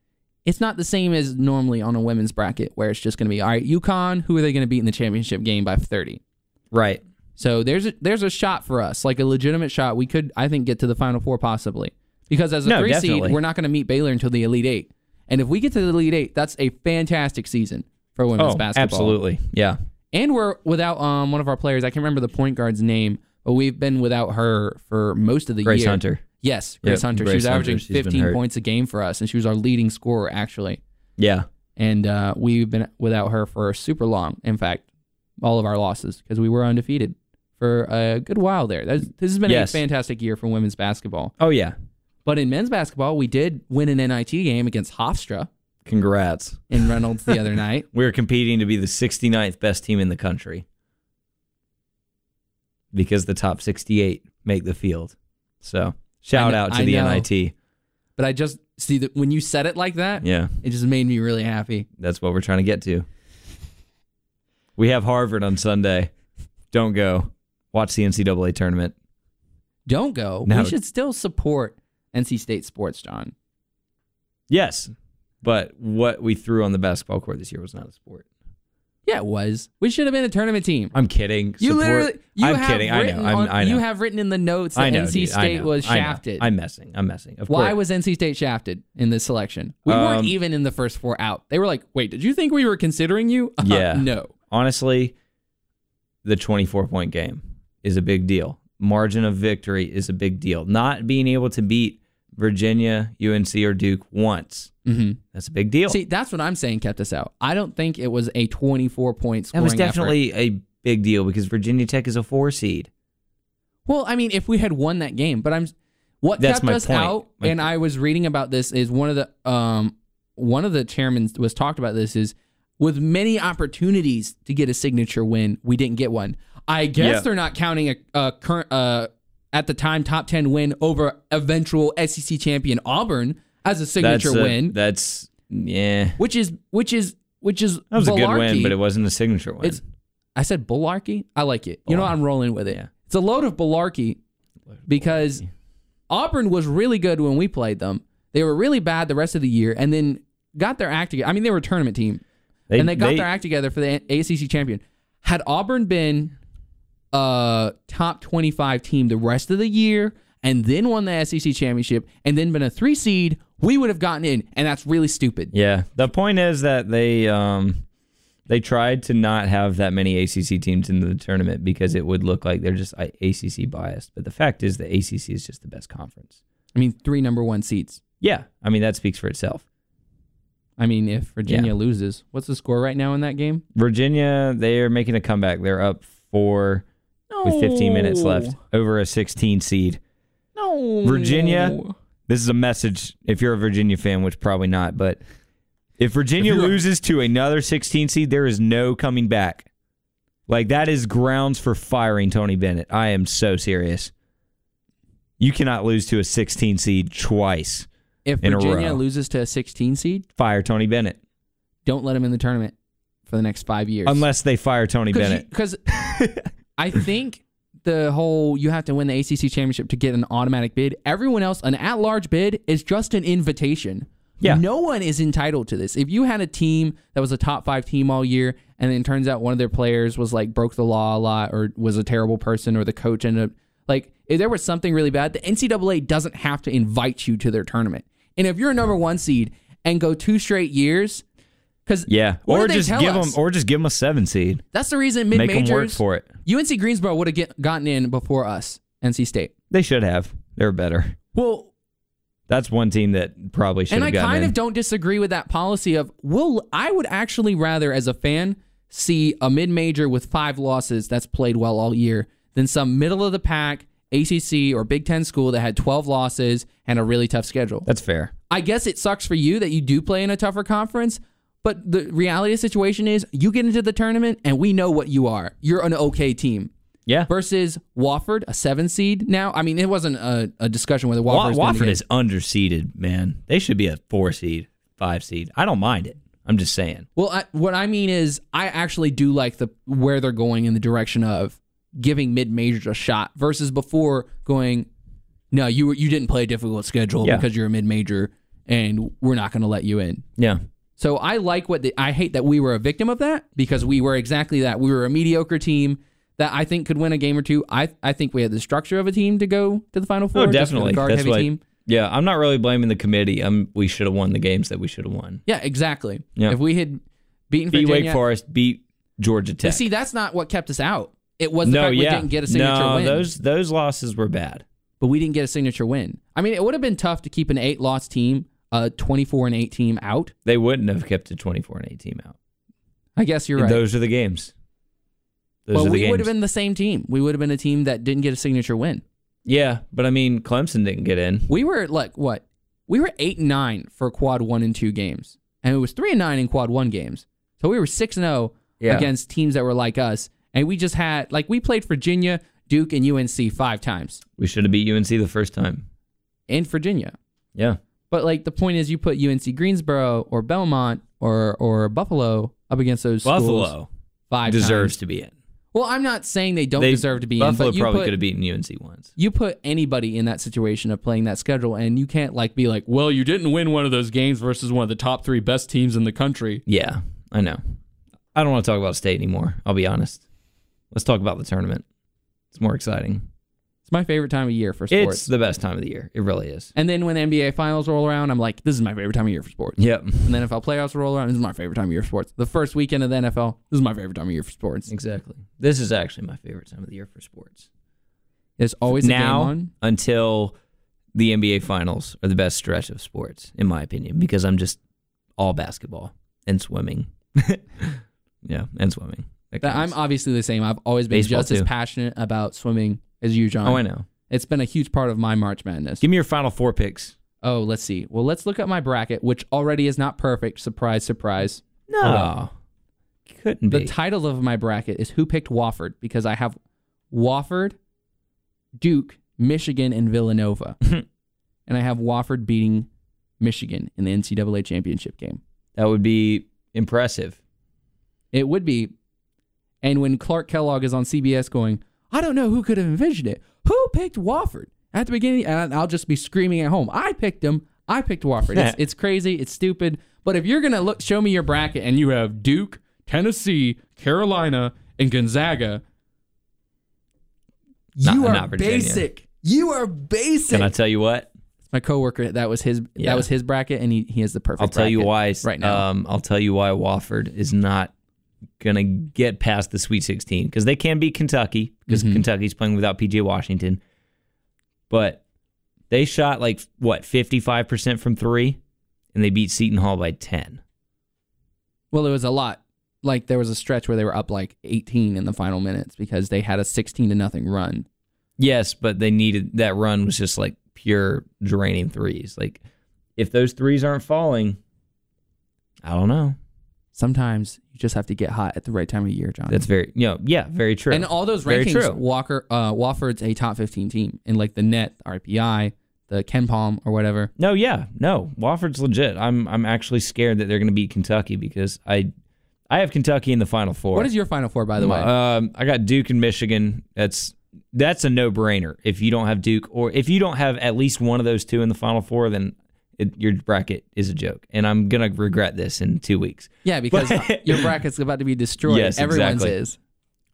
Speaker 1: it's not the same as normally on a women's bracket where it's just going to be all right. UConn, who are they going to beat in the championship game by 30?
Speaker 2: Right.
Speaker 1: So there's a, there's a shot for us, like a legitimate shot. We could, I think, get to the final four possibly because as a
Speaker 2: No,
Speaker 1: three
Speaker 2: definitely.
Speaker 1: seed, we're not going to meet Baylor until the elite eight. And if we get to the elite eight, that's a fantastic season for women's basketball.
Speaker 2: Oh, absolutely. Yeah.
Speaker 1: And we're without um one of our players. I can't remember the point guard's name, but we've been without her for most of the
Speaker 2: Grace
Speaker 1: year.
Speaker 2: Hunter.
Speaker 1: Yes, Grace
Speaker 2: Yep,
Speaker 1: Hunter.
Speaker 2: Grace
Speaker 1: she was averaging
Speaker 2: Hunter. She's been
Speaker 1: 15
Speaker 2: hurt.
Speaker 1: points a game for us, and she was our leading scorer actually.
Speaker 2: Yeah.
Speaker 1: And uh, we've been without her for super long. In fact, all of our losses because we were undefeated for a good while there. That's, this has been
Speaker 2: Yes.
Speaker 1: a fantastic year for women's basketball.
Speaker 2: Oh yeah.
Speaker 1: But in men's basketball, we did win an NIT game against Hofstra
Speaker 2: Congrats.
Speaker 1: in Reynolds the other night.
Speaker 2: We are competing to be the 69th best team in the country because the top 68 make the field. So shout
Speaker 1: I kn-
Speaker 2: out to
Speaker 1: I
Speaker 2: the
Speaker 1: know.
Speaker 2: NIT.
Speaker 1: But I just see that when you said it like that,
Speaker 2: Yeah,
Speaker 1: it just made me really happy.
Speaker 2: that's what we're trying to get to. We have Harvard on Sunday. Don't go. Watch the NCAA tournament.
Speaker 1: don't go.
Speaker 2: No.
Speaker 1: We should still support NC State sports, John.
Speaker 2: Yes, but what we threw on the basketball court this year was not a sport.
Speaker 1: Yeah, it was. We should have been a tournament team.
Speaker 2: I'm kidding.
Speaker 1: You
Speaker 2: Support-
Speaker 1: literally, you
Speaker 2: I'm
Speaker 1: have
Speaker 2: kidding. I know.
Speaker 1: written
Speaker 2: I'm,
Speaker 1: on-
Speaker 2: I know.
Speaker 1: You have written in the notes that
Speaker 2: I know,
Speaker 1: NC
Speaker 2: dude. I
Speaker 1: State
Speaker 2: know.
Speaker 1: was
Speaker 2: I know.
Speaker 1: shafted.
Speaker 2: I'm messing. I'm messing. Of
Speaker 1: Why
Speaker 2: course.
Speaker 1: was NC State shafted in this selection? We
Speaker 2: Um,
Speaker 1: weren't even in the first four out. They were like, "Wait, did you think we were considering you?" Uh,
Speaker 2: Yeah.
Speaker 1: No.
Speaker 2: honestly, the 24 point game is a big deal. Margin of victory is a big deal. Not being able to beat Virginia, UNC, or Duke once,
Speaker 1: hmm
Speaker 2: that's a big deal.
Speaker 1: See, that's what I'm saying kept us out. I don't think it was a 24 point
Speaker 2: that
Speaker 1: scoring.
Speaker 2: was
Speaker 1: effort.
Speaker 2: definitely a big deal because Virginia Tech is a four seed.
Speaker 1: Well, I mean, if we had won that game, but I'm what
Speaker 2: That's
Speaker 1: kept
Speaker 2: my
Speaker 1: us
Speaker 2: point.
Speaker 1: out.
Speaker 2: My
Speaker 1: and I was reading about this is one of the um one of the chairmen was talked about this is with many opportunities to get a signature win, we didn't get one. I guess
Speaker 2: Yeah.
Speaker 1: they're not counting a, a current uh at the time top ten win over eventual SEC champion Auburn as a
Speaker 2: That's
Speaker 1: signature
Speaker 2: a-
Speaker 1: win,
Speaker 2: That's yeah.
Speaker 1: which is which is which is
Speaker 2: That was a good win,
Speaker 1: malarkey.
Speaker 2: but it wasn't a signature win.
Speaker 1: It's- I said ballarkey. I like it. You know, I'm rolling with it.
Speaker 2: Yeah.
Speaker 1: It's a load of ballarkey because Auburn was really good when we played them. They were really bad the rest of the year, and then got their act together. I mean, they were a tournament team, and they got their act together for the ACC champion. Had Auburn been a top 25 team the rest of the year, and then won the SEC championship, and then been a three seed, we would have gotten in, and that's really stupid.
Speaker 2: Yeah. The point is that they um they tried to not have that many ACC teams in the tournament because it would look like they're just I- ACC biased. But the fact is, the ACC is just the best conference.
Speaker 1: I mean, three number one seeds.
Speaker 2: Yeah, I mean that speaks for itself.
Speaker 1: I mean, if Virginia loses, what's the score right now in that game?
Speaker 2: Virginia, they are making a comeback. They're up four with 15 minutes left over a 16 seed.
Speaker 1: No.
Speaker 2: Virginia? This is a message if you're a Virginia fan, which probably not, but if Virginia
Speaker 1: If you're a-
Speaker 2: loses to another 16 seed, there is no coming back. Like that is grounds for firing Tony Bennett. I am so serious. You cannot lose to a 16 seed twice.
Speaker 1: If
Speaker 2: in a
Speaker 1: Virginia
Speaker 2: row.
Speaker 1: loses to a 16 seed,
Speaker 2: Fire Tony Bennett
Speaker 1: don't let them in the tournament for the next five years.
Speaker 2: unless they fire Tony Bennett.
Speaker 1: Because I think the whole you have to win the ACC championship to get an automatic bid. Everyone else, an at-large bid is just an invitation.
Speaker 2: Yeah.
Speaker 1: No one is entitled to this. If you had a team that was a top five team all year, and then it turns out one of their players was like broke the law a lot, or was a terrible person, or the coach ended up like if there was something really bad, the NCAA doesn't have to invite you to their tournament. And if you're a number one seed and go two straight years, because
Speaker 2: yeah, or just give them, or just give them a seven seed.
Speaker 1: that's the reason mid
Speaker 2: Make them work
Speaker 1: majors.
Speaker 2: for it.
Speaker 1: UNC Greensboro would have get, gotten in before us, NC State.
Speaker 2: They should have. They're better.
Speaker 1: Well,
Speaker 2: That's one team that probably should
Speaker 1: and I
Speaker 2: have gotten
Speaker 1: kind
Speaker 2: in.
Speaker 1: of don't disagree with that policy of will I would actually rather as a fan see a mid major with five losses that's played well all year than some middle of the pack ACC or Big 10 school that had 12 losses and a really tough schedule.
Speaker 2: That's fair.
Speaker 1: I guess it sucks for you that you do play in a tougher conference, but the reality of the situation is you get into the tournament and we know what you are. You're an okay team.
Speaker 2: Yeah.
Speaker 1: versus Wofford, a seven seed now. I mean, it wasn't a, a discussion whether
Speaker 2: Wa-
Speaker 1: Wofford
Speaker 2: Wofford is underseeded, man. They should be a four seed, five seed. I don't mind it. I'm just saying.
Speaker 1: Well, I, what I mean is, I actually do like the where they're going in the direction of giving mid majors a shot versus before going. No, you were- you didn't play a difficult schedule
Speaker 2: Yeah.
Speaker 1: because you're a mid major, and we're not going to let you in.
Speaker 2: Yeah.
Speaker 1: So I like what the, I hate that we were a victim of that because we were exactly that. We were a mediocre team that I think could win a game or two. I I think we had the structure of a team to go to the final four.
Speaker 2: Oh,
Speaker 1: just with a
Speaker 2: definitely.
Speaker 1: guard
Speaker 2: That's
Speaker 1: heavy
Speaker 2: why.
Speaker 1: team.
Speaker 2: Yeah, I'm not really blaming the committee. I'm we should have won the games that we should have won.
Speaker 1: Yeah, exactly.
Speaker 2: Yeah.
Speaker 1: If we had beaten
Speaker 2: Beat
Speaker 1: Virginia,
Speaker 2: Wake Forest, beat Georgia Tech.
Speaker 1: see, that's not what kept us out. It was the
Speaker 2: no,
Speaker 1: fact
Speaker 2: yeah,
Speaker 1: we didn't get a signature
Speaker 2: no,
Speaker 1: win,
Speaker 2: those those losses were bad.
Speaker 1: but we didn't get a signature win. I mean, it would have been tough to keep an eight-loss team, a twenty-four and eight team out.
Speaker 2: They wouldn't have kept a 24 and 8 team out.
Speaker 1: I guess you're right.
Speaker 2: Those are the games. Those
Speaker 1: but
Speaker 2: are the
Speaker 1: we
Speaker 2: games.
Speaker 1: would have been the same team. We would have been a team that didn't get a signature win.
Speaker 2: yeah, but I mean, Clemson didn't get in.
Speaker 1: We were like what? We were eight and nine for quad one and two games, and it was three and nine in quad one games. So we were six and zero
Speaker 2: Yeah.
Speaker 1: against teams that were like us, and we just had like we played Virginia, Duke, and UNC five times
Speaker 2: We should have beat UNC the first time.
Speaker 1: in Virginia.
Speaker 2: Yeah,
Speaker 1: But like the point is, you put UNC Greensboro or Belmont or or Buffalo up against those schools
Speaker 2: Buffalo
Speaker 1: five
Speaker 2: deserves
Speaker 1: times.
Speaker 2: to be in.
Speaker 1: Well, I'm not saying they don't
Speaker 2: They-
Speaker 1: deserve to be
Speaker 2: Buffalo
Speaker 1: in, but you
Speaker 2: probably
Speaker 1: put,
Speaker 2: could have beaten UNC once.
Speaker 1: you put anybody in that situation of playing that schedule, and you can't like be like, well, you didn't win one of those games versus one of the top three best teams in the country.
Speaker 2: Yeah, I know. I don't want to talk about state anymore. I'll be honest. Let's talk about the tournament. It's more exciting.
Speaker 1: It's my favorite time of year for
Speaker 2: It's
Speaker 1: sports.
Speaker 2: the best time of the year. It really is.
Speaker 1: and then when the NBA finals roll around, I'm like, this is my favorite time of year for sports.
Speaker 2: Yep.
Speaker 1: And then NFL playoffs roll around, this is my favorite time of year for sports. The first weekend of the NFL, this is my favorite time of year for sports.
Speaker 2: Exactly. This is actually my favorite time of the year for sports.
Speaker 1: There's always a
Speaker 2: now
Speaker 1: game on.
Speaker 2: until the NBA finals are the best stretch of sports, in my opinion, because I'm just all basketball and swimming. yeah, and swimming. That
Speaker 1: That I'm
Speaker 2: counts.
Speaker 1: obviously the same. I've always been
Speaker 2: Baseball,
Speaker 1: just as
Speaker 2: too.
Speaker 1: passionate about swimming as you, John.
Speaker 2: Oh, I know.
Speaker 1: It's been a huge part of my March Madness.
Speaker 2: Give me your final four picks.
Speaker 1: Oh, let's see. Well, let's look at my bracket, which already is not perfect. Surprise, surprise.
Speaker 2: No, couldn't
Speaker 1: The
Speaker 2: be.
Speaker 1: title of my bracket is Who Picked Wofford because I have Wofford, Duke, Michigan, and Villanova. and I have Wofford beating Michigan in the NCAA championship game.
Speaker 2: that would be impressive.
Speaker 1: It would be. And when Clark Kellogg is on CBS going, I don't know who could have envisioned it. Who picked Wofford at the beginning? And I'll just be screaming at home. I picked him. I picked Wofford. it's, it's crazy. It's stupid. But if you're gonna look, show me your bracket, and you have Duke, Tennessee, Carolina, and Gonzaga.
Speaker 2: Not-
Speaker 1: you are
Speaker 2: not Virginia.
Speaker 1: basic. You are basic.
Speaker 2: Can I tell you what?
Speaker 1: My coworker, that was his.
Speaker 2: Yeah.
Speaker 1: That was his bracket, and he, he has the perfect.
Speaker 2: I'll tell you
Speaker 1: bracket.
Speaker 2: why.
Speaker 1: right now.
Speaker 2: Um, I'll tell you why Wofford is not gonna get past the Sweet 16 because they can beat Kentucky because Kentucky's playing without PJ Washington, but they shot like what 55 percent from three, and they beat Seton Hall by 10.
Speaker 1: Well, it was a lot. Like there was a stretch where they were up like 18 in the final minutes because they had a 16 to nothing run.
Speaker 2: Yes, but they needed that run was just like pure draining threes. Like if those threes aren't falling, I don't know.
Speaker 1: Sometimes you just have to get hot at the right time of year, John.
Speaker 2: That's very you know, yeah, very true.
Speaker 1: and all those
Speaker 2: Very
Speaker 1: rankings.
Speaker 2: true.
Speaker 1: Walker, uh, Wofford's a top 15 team in like the net, RPI, the Ken Palm or whatever.
Speaker 2: no, yeah, no. Wofford's legit. I'm I'm actually scared that they're gonna beat Kentucky because I I have Kentucky in the final four.
Speaker 1: What is your final four, by the way?
Speaker 2: Um I got Duke and Michigan. That's that's a no brainer. If you don't have Duke or if you don't have at least one of those two in the final four, then it, your bracket is a joke. And I'm gonna regret this in two weeks.
Speaker 1: yeah, because
Speaker 2: but-
Speaker 1: your bracket's about to be destroyed.
Speaker 2: Yes,
Speaker 1: Everyone's
Speaker 2: exactly.
Speaker 1: is.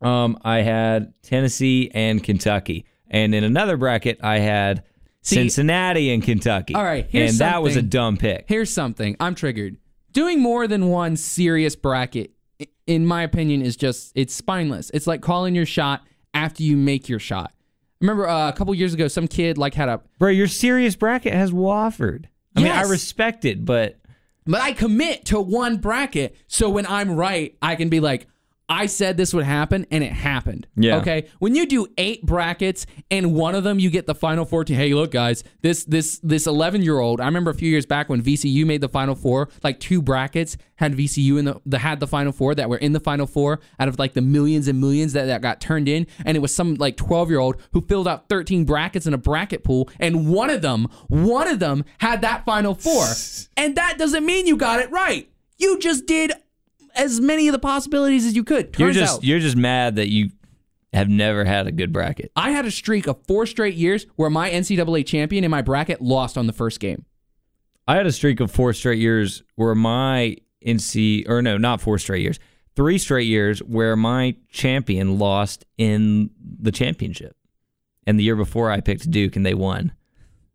Speaker 2: Um, I had Tennessee and Kentucky, and in another bracket, I had
Speaker 1: See-
Speaker 2: Cincinnati and Kentucky.
Speaker 1: All right, here's
Speaker 2: and that was a
Speaker 1: something-
Speaker 2: dumb pick.
Speaker 1: Here's something I'm triggered. Doing more than one serious bracket, i- in my opinion, is just it's spineless. It's like calling your shot after you make your shot. Remember uh, a couple years ago, some kid like had a,
Speaker 2: Bro, your serious bracket has Wofford. I mean, I
Speaker 1: Yes.
Speaker 2: respect it, but
Speaker 1: but I commit to one bracket, so when I'm right, I can be like, I said this would happen, and it happened.
Speaker 2: Yeah.
Speaker 1: Okay. When you do eight brackets and one of them you get the final fourteen. Hey, look, guys, this this this eleven year old. I remember a few years back when VCU made the final four. Like two brackets had VCU in the, the had the final four that were in the final four out of like the millions and millions that, that got turned in, and it was some like twelve year old who filled out thirteen brackets in a bracket pool, and one of them one of them had that final four, and that doesn't mean you got it right. You just did as many of the possibilities as you could. Turns
Speaker 2: you're just
Speaker 1: out,
Speaker 2: you're just mad that you have never had a good bracket.
Speaker 1: I had a streak of four straight years where my NCAA champion in my bracket lost on the first game.
Speaker 2: I had a streak of four straight years where my NC or no, not four straight years, three straight years where my champion lost in the championship. And the year before, I picked Duke and they won.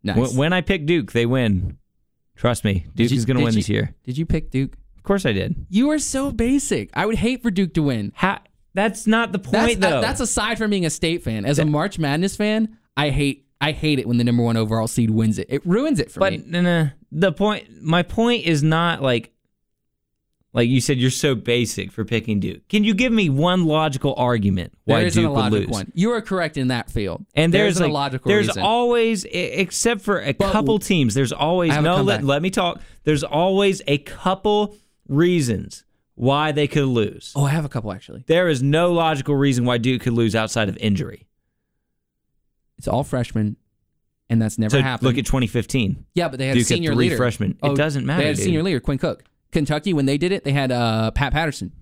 Speaker 1: Nice.
Speaker 2: When, when I pick Duke, they win. Trust me, Duke
Speaker 1: you-
Speaker 2: is going to
Speaker 1: did
Speaker 2: win
Speaker 1: you-
Speaker 2: this year.
Speaker 1: Did you pick Duke?
Speaker 2: Of course, I did.
Speaker 1: You are so basic. I would hate for Duke to win.
Speaker 2: How, that's not the
Speaker 1: That's,
Speaker 2: point,
Speaker 1: uh,
Speaker 2: though.
Speaker 1: that's aside from being a state fan. As a March Madness fan, I hate I hate it when the number one overall seed wins it. It ruins it for
Speaker 2: but
Speaker 1: me.
Speaker 2: no, no. The point, my point is not like, like you said, you're so basic for picking Duke. Can you give me one logical argument why
Speaker 1: There isn't
Speaker 2: Duke
Speaker 1: a
Speaker 2: would
Speaker 1: logical
Speaker 2: lose?
Speaker 1: one. You are correct in that field.
Speaker 2: And
Speaker 1: There
Speaker 2: there's
Speaker 1: isn't
Speaker 2: like,
Speaker 1: a logical
Speaker 2: there's
Speaker 1: reason.
Speaker 2: always, e- except for a couple teams, there's always
Speaker 1: I have a
Speaker 2: no. Let,
Speaker 1: comeback.
Speaker 2: let me talk. There's always a couple reasons why they could lose.
Speaker 1: oh, I have a couple actually.
Speaker 2: There is no logical reason why Duke could lose outside of injury.
Speaker 1: It's all freshmen, and that's never
Speaker 2: So
Speaker 1: happened.
Speaker 2: look at 2015.
Speaker 1: Yeah, but they had
Speaker 2: Duke had
Speaker 1: senior
Speaker 2: three
Speaker 1: leader. Oh,
Speaker 2: freshmen. It doesn't matter,
Speaker 1: They had
Speaker 2: dude.
Speaker 1: senior leader Quinn Cook. Kentucky when they did it, they had uh, Pat Patterson.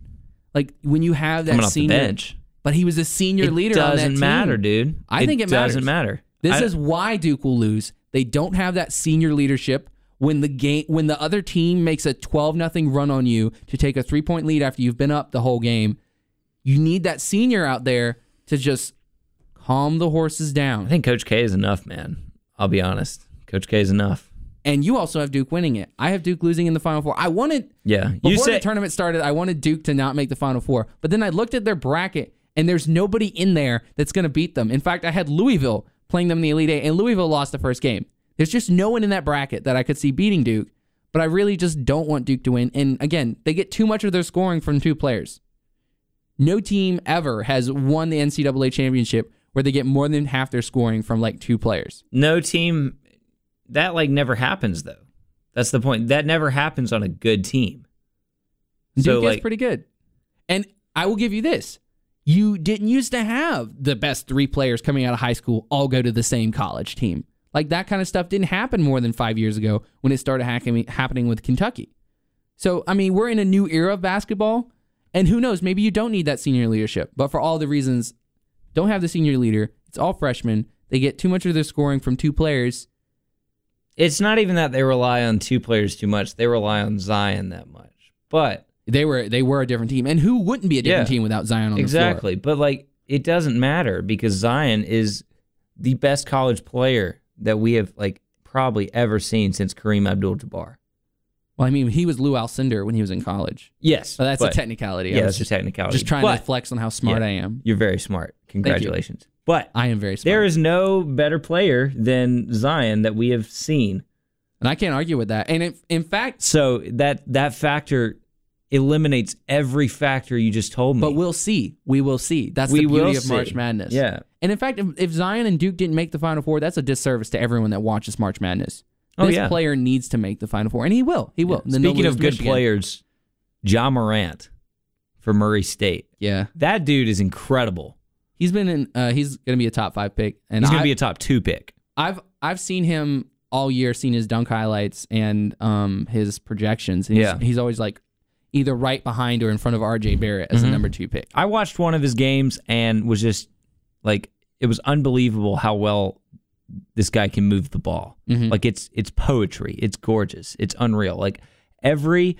Speaker 1: Like when you have that
Speaker 2: Coming off the
Speaker 1: senior,
Speaker 2: bench.
Speaker 1: but he was a senior
Speaker 2: It
Speaker 1: leader. on that
Speaker 2: doesn't
Speaker 1: team.
Speaker 2: matter, dude.
Speaker 1: I think it matters.
Speaker 2: doesn't matter.
Speaker 1: This
Speaker 2: I-
Speaker 1: is why Duke will lose. They don't have that senior leadership when the game when the other team makes a 12 nothing run on you to take a three point lead after you've been up the whole game. You need that senior out there to just calm the horses
Speaker 2: I
Speaker 1: down.
Speaker 2: think Coach K is enough, man. I'll be honest. Coach K is enough.
Speaker 1: And you also have Duke winning it. I have Duke losing in the final four. I wanted
Speaker 2: Yeah. you
Speaker 1: Before
Speaker 2: said
Speaker 1: the tournament started, I wanted Duke to not make the Final Four, but then I looked at their bracket, and there's nobody in there that's going to beat them. In fact, I had Louisville playing them in the Elite Eight, and Louisville lost the first game. There's just no one in that bracket that I could see beating Duke, but I really just don't want Duke to win. And again, they get too much of their scoring from two players. No team ever has won the NCAA championship where they get more than half their scoring from like two players.
Speaker 2: No team that like never happens though. That's the point. That never happens on a good team.
Speaker 1: Duke
Speaker 2: So,
Speaker 1: is
Speaker 2: like-
Speaker 1: pretty good. And I will give you this. You didn't used to have the best three players coming out of high school all go to the same college team. Like that kind of stuff didn't happen more than five years ago when it started hacking, happening with Kentucky. So, I mean, we're in a new era of basketball. And who knows, maybe you don't need that senior leadership. But for all the reasons, don't have the senior leader. It's all freshmen. They get too much of their scoring from two players.
Speaker 2: It's not even that they rely on two players too much. They rely on Zion that much. But
Speaker 1: They were they were a different team. And who wouldn't be a different
Speaker 2: Yeah.
Speaker 1: team without Zion on the floor?
Speaker 2: exactly. But like it doesn't matter because Zion is the best college player that we have like probably ever seen since Kareem Abdul-Jabbar.
Speaker 1: Well, I mean, he was Lou Alcindor when he was in college.
Speaker 2: Yes.
Speaker 1: So Oh, that's
Speaker 2: but-
Speaker 1: a technicality.
Speaker 2: Yeah,
Speaker 1: I
Speaker 2: that's
Speaker 1: was just,
Speaker 2: just technicality.
Speaker 1: just trying
Speaker 2: But
Speaker 1: to flex on how smart
Speaker 2: Yeah.
Speaker 1: I am.
Speaker 2: You're very smart. Congratulations. But
Speaker 1: I am very smart.
Speaker 2: there is no better player than Zion that we have seen.
Speaker 1: and I can't argue with that. And in, in fact,
Speaker 2: So that that factor eliminates every factor you just told me.
Speaker 1: but we'll see. We will see. That's
Speaker 2: We
Speaker 1: the beauty
Speaker 2: will
Speaker 1: of March
Speaker 2: see.
Speaker 1: Madness.
Speaker 2: Yeah.
Speaker 1: And in fact, if, if Zion and Duke didn't make the Final Four, that's a disservice to everyone that watches March Madness.
Speaker 2: Oh,
Speaker 1: This
Speaker 2: yeah.
Speaker 1: player needs to make the Final Four, and he will. He will. And then they'll
Speaker 2: Speaking
Speaker 1: lose
Speaker 2: of
Speaker 1: to
Speaker 2: good
Speaker 1: Michigan.
Speaker 2: players, John Morant for Murray State.
Speaker 1: yeah,
Speaker 2: That dude is incredible.
Speaker 1: he's been in. Uh, he's going to be a top five pick, and
Speaker 2: He's going
Speaker 1: I-
Speaker 2: to be a top two pick.
Speaker 1: I've I've seen him all year, seen his dunk highlights and um his projections. And he's,
Speaker 2: Yeah.
Speaker 1: he's always like either right behind or in front of RJ Barrett
Speaker 2: Mm-hmm.
Speaker 1: as the number two pick.
Speaker 2: I watched one of his games and was just like, it was unbelievable how well this guy can move the ball.
Speaker 1: Mm-hmm.
Speaker 2: Like it's it's poetry. It's gorgeous. It's unreal. Like every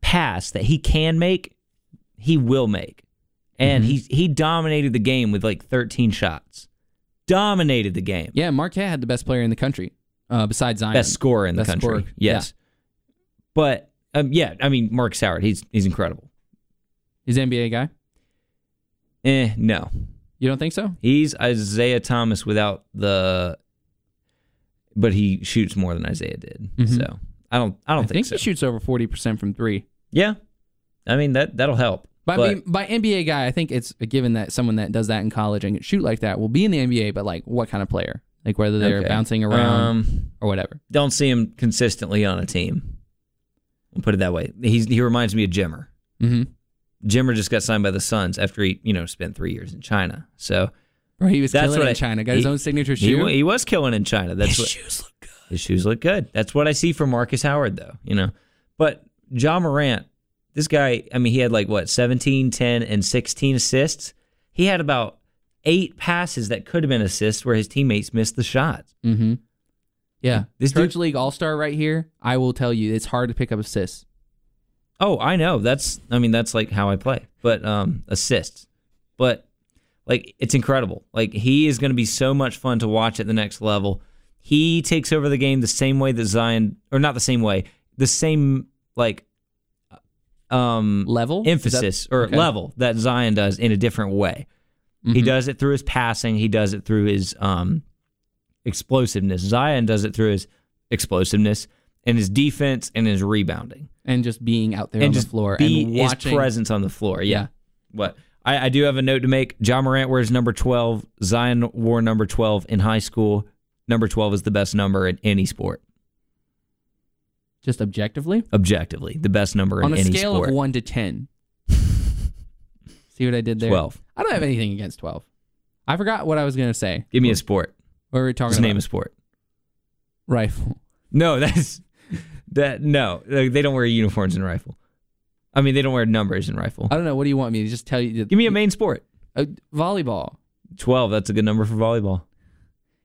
Speaker 2: pass that he can make, he will make. And
Speaker 1: Mm-hmm.
Speaker 2: he he dominated the game with like 13 shots. Dominated the game.
Speaker 1: Yeah, Marquette had the best player in the country, uh, besides Zion.
Speaker 2: best scorer in the
Speaker 1: Best
Speaker 2: country.
Speaker 1: scorer,
Speaker 2: Yes. But um, yeah, I mean Mark Soward, he's he's incredible.
Speaker 1: He's an NBA guy.
Speaker 2: Eh, no.
Speaker 1: You don't think so?
Speaker 2: He's Isaiah Thomas without the but he shoots more than Isaiah did. So I don't I
Speaker 1: Mm-hmm. I
Speaker 2: don't
Speaker 1: think
Speaker 2: so.
Speaker 1: he shoots over forty percent from three.
Speaker 2: yeah. I mean that that'll help.
Speaker 1: By,
Speaker 2: But-
Speaker 1: I mean, by NBA guy, I think it's a given that someone that does that in college and can shoot like that will be in the NBA. But like, what kind of player? Like whether they're
Speaker 2: Okay.
Speaker 1: bouncing around
Speaker 2: Um,
Speaker 1: or whatever.
Speaker 2: don't see him consistently on a team. We'll put it that way. He's he reminds me of Jimmer.
Speaker 1: hmm
Speaker 2: Jimmer just got signed by the Suns after he you know spent three years in China. So
Speaker 1: Or he was
Speaker 2: That's
Speaker 1: killing
Speaker 2: what
Speaker 1: it in
Speaker 2: I-
Speaker 1: China. Got his
Speaker 2: he-
Speaker 1: own signature
Speaker 2: he,
Speaker 1: shoe.
Speaker 2: wa- he was killing in China. That's
Speaker 1: his
Speaker 2: what
Speaker 1: shoes look good.
Speaker 2: His shoes look good. That's what I see from Marcus Howard, though, you know. But John Morant, this guy, I mean, he had like what, 17, 10, and 16 assists. He had about eight passes that could have been assists where his teammates missed the shots.
Speaker 1: Mm-hmm. Yeah. This
Speaker 2: This dude-
Speaker 1: Church League All Star right here. I will tell you, it's hard to pick up assists.
Speaker 2: Oh, I know. That's I mean, that's like how I play. But um assists. But like it's incredible. Like he is gonna be so much fun to watch at the next level. He takes over the game the same way that Zion or not the same way, the same like um
Speaker 1: Level Is
Speaker 2: emphasis or
Speaker 1: okay. Mm-hmm.
Speaker 2: level that Zion does in a different way. He does it through his passing. He does it through his um, explosiveness. Zion does it through his explosiveness and his defense and his rebounding
Speaker 1: that- and just being out there
Speaker 2: and
Speaker 1: on
Speaker 2: just
Speaker 1: the floor
Speaker 2: be
Speaker 1: and
Speaker 2: his
Speaker 1: watching.
Speaker 2: presence on the floor. Yeah.
Speaker 1: Yeah.
Speaker 2: What I, I do have a note to make. John Morant wears number twelve. Zion wore number twelve in high school. Number twelve is the best number in any sport.
Speaker 1: just objectively
Speaker 2: Objectively, the best number
Speaker 1: on
Speaker 2: in
Speaker 1: a
Speaker 2: any
Speaker 1: scale
Speaker 2: sport.
Speaker 1: of one to ten. See what I did there?
Speaker 2: twelve.
Speaker 1: I don't have anything against twelve. I forgot what I was gonna say.
Speaker 2: Give me a sport.
Speaker 1: What were we talking
Speaker 2: Just
Speaker 1: about?
Speaker 2: name a sport.
Speaker 1: Rifle.
Speaker 2: No, that's that. No, Like, they don't wear uniforms in rifle. I mean, they don't wear numbers in rifle.
Speaker 1: I don't know. What do you want me to just tell you?
Speaker 2: Give me a main sport.
Speaker 1: Uh, volleyball.
Speaker 2: Twelve. That's a good number for volleyball.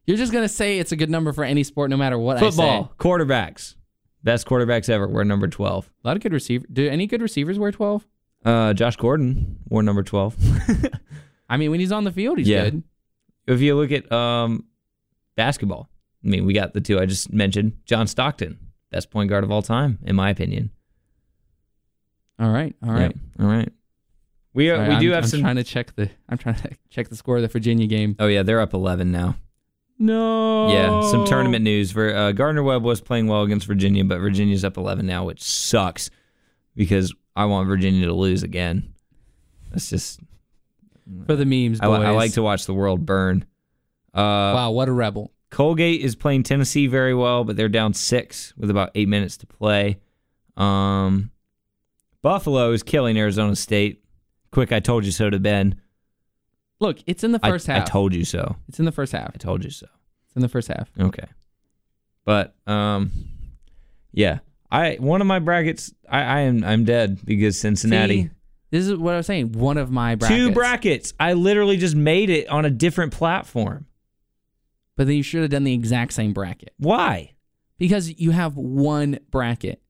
Speaker 1: You're just gonna say it's a good number for any sport, no matter what I say.
Speaker 2: Football. Quarterbacks. Best quarterbacks ever were number twelve.
Speaker 1: A lot of good receivers. Do any good receivers wear twelve?
Speaker 2: Uh, Josh Gordon wore number twelve.
Speaker 1: I mean, when he's on the field, he's
Speaker 2: Yeah.
Speaker 1: good.
Speaker 2: if you look at um, basketball, I mean, we got the two I just mentioned. John Stockton, best point guard of all time, in my opinion.
Speaker 1: All right. All right.
Speaker 2: Yeah. All right. We are,
Speaker 1: Sorry,
Speaker 2: we do
Speaker 1: I'm,
Speaker 2: have
Speaker 1: I'm
Speaker 2: some.
Speaker 1: trying to check the. I'm trying to check the score of the Virginia game.
Speaker 2: oh yeah, they're up eleven now.
Speaker 1: No.
Speaker 2: Yeah,
Speaker 1: Oh.
Speaker 2: some tournament news. Ver- Uh, Gardner Webb was playing well against Virginia, but Virginia's up 11 now, which sucks because I want Virginia to lose again. That's just
Speaker 1: for the memes,
Speaker 2: I,
Speaker 1: boys.
Speaker 2: li- I like to watch the world burn. Uh,
Speaker 1: wow, what a rebel.
Speaker 2: Colgate is playing Tennessee very well, but they're down six with about eight minutes to play. Um, Buffalo is killing Arizona State. Quick, I told you so to Ben.
Speaker 1: Look, it's in the
Speaker 2: I-
Speaker 1: first
Speaker 2: I,
Speaker 1: half.
Speaker 2: told you so.
Speaker 1: it's in the first half.
Speaker 2: I told you so.
Speaker 1: It's in the first half.
Speaker 2: Okay. But um, yeah, I one of my brackets. I, I am I'm dead because Cincinnati.
Speaker 1: See, this is what I was saying. One of my brackets.
Speaker 2: Two brackets. I literally just made it on a different platform.
Speaker 1: But then you should have done the exact same bracket
Speaker 2: Why?
Speaker 1: because you have one bracket.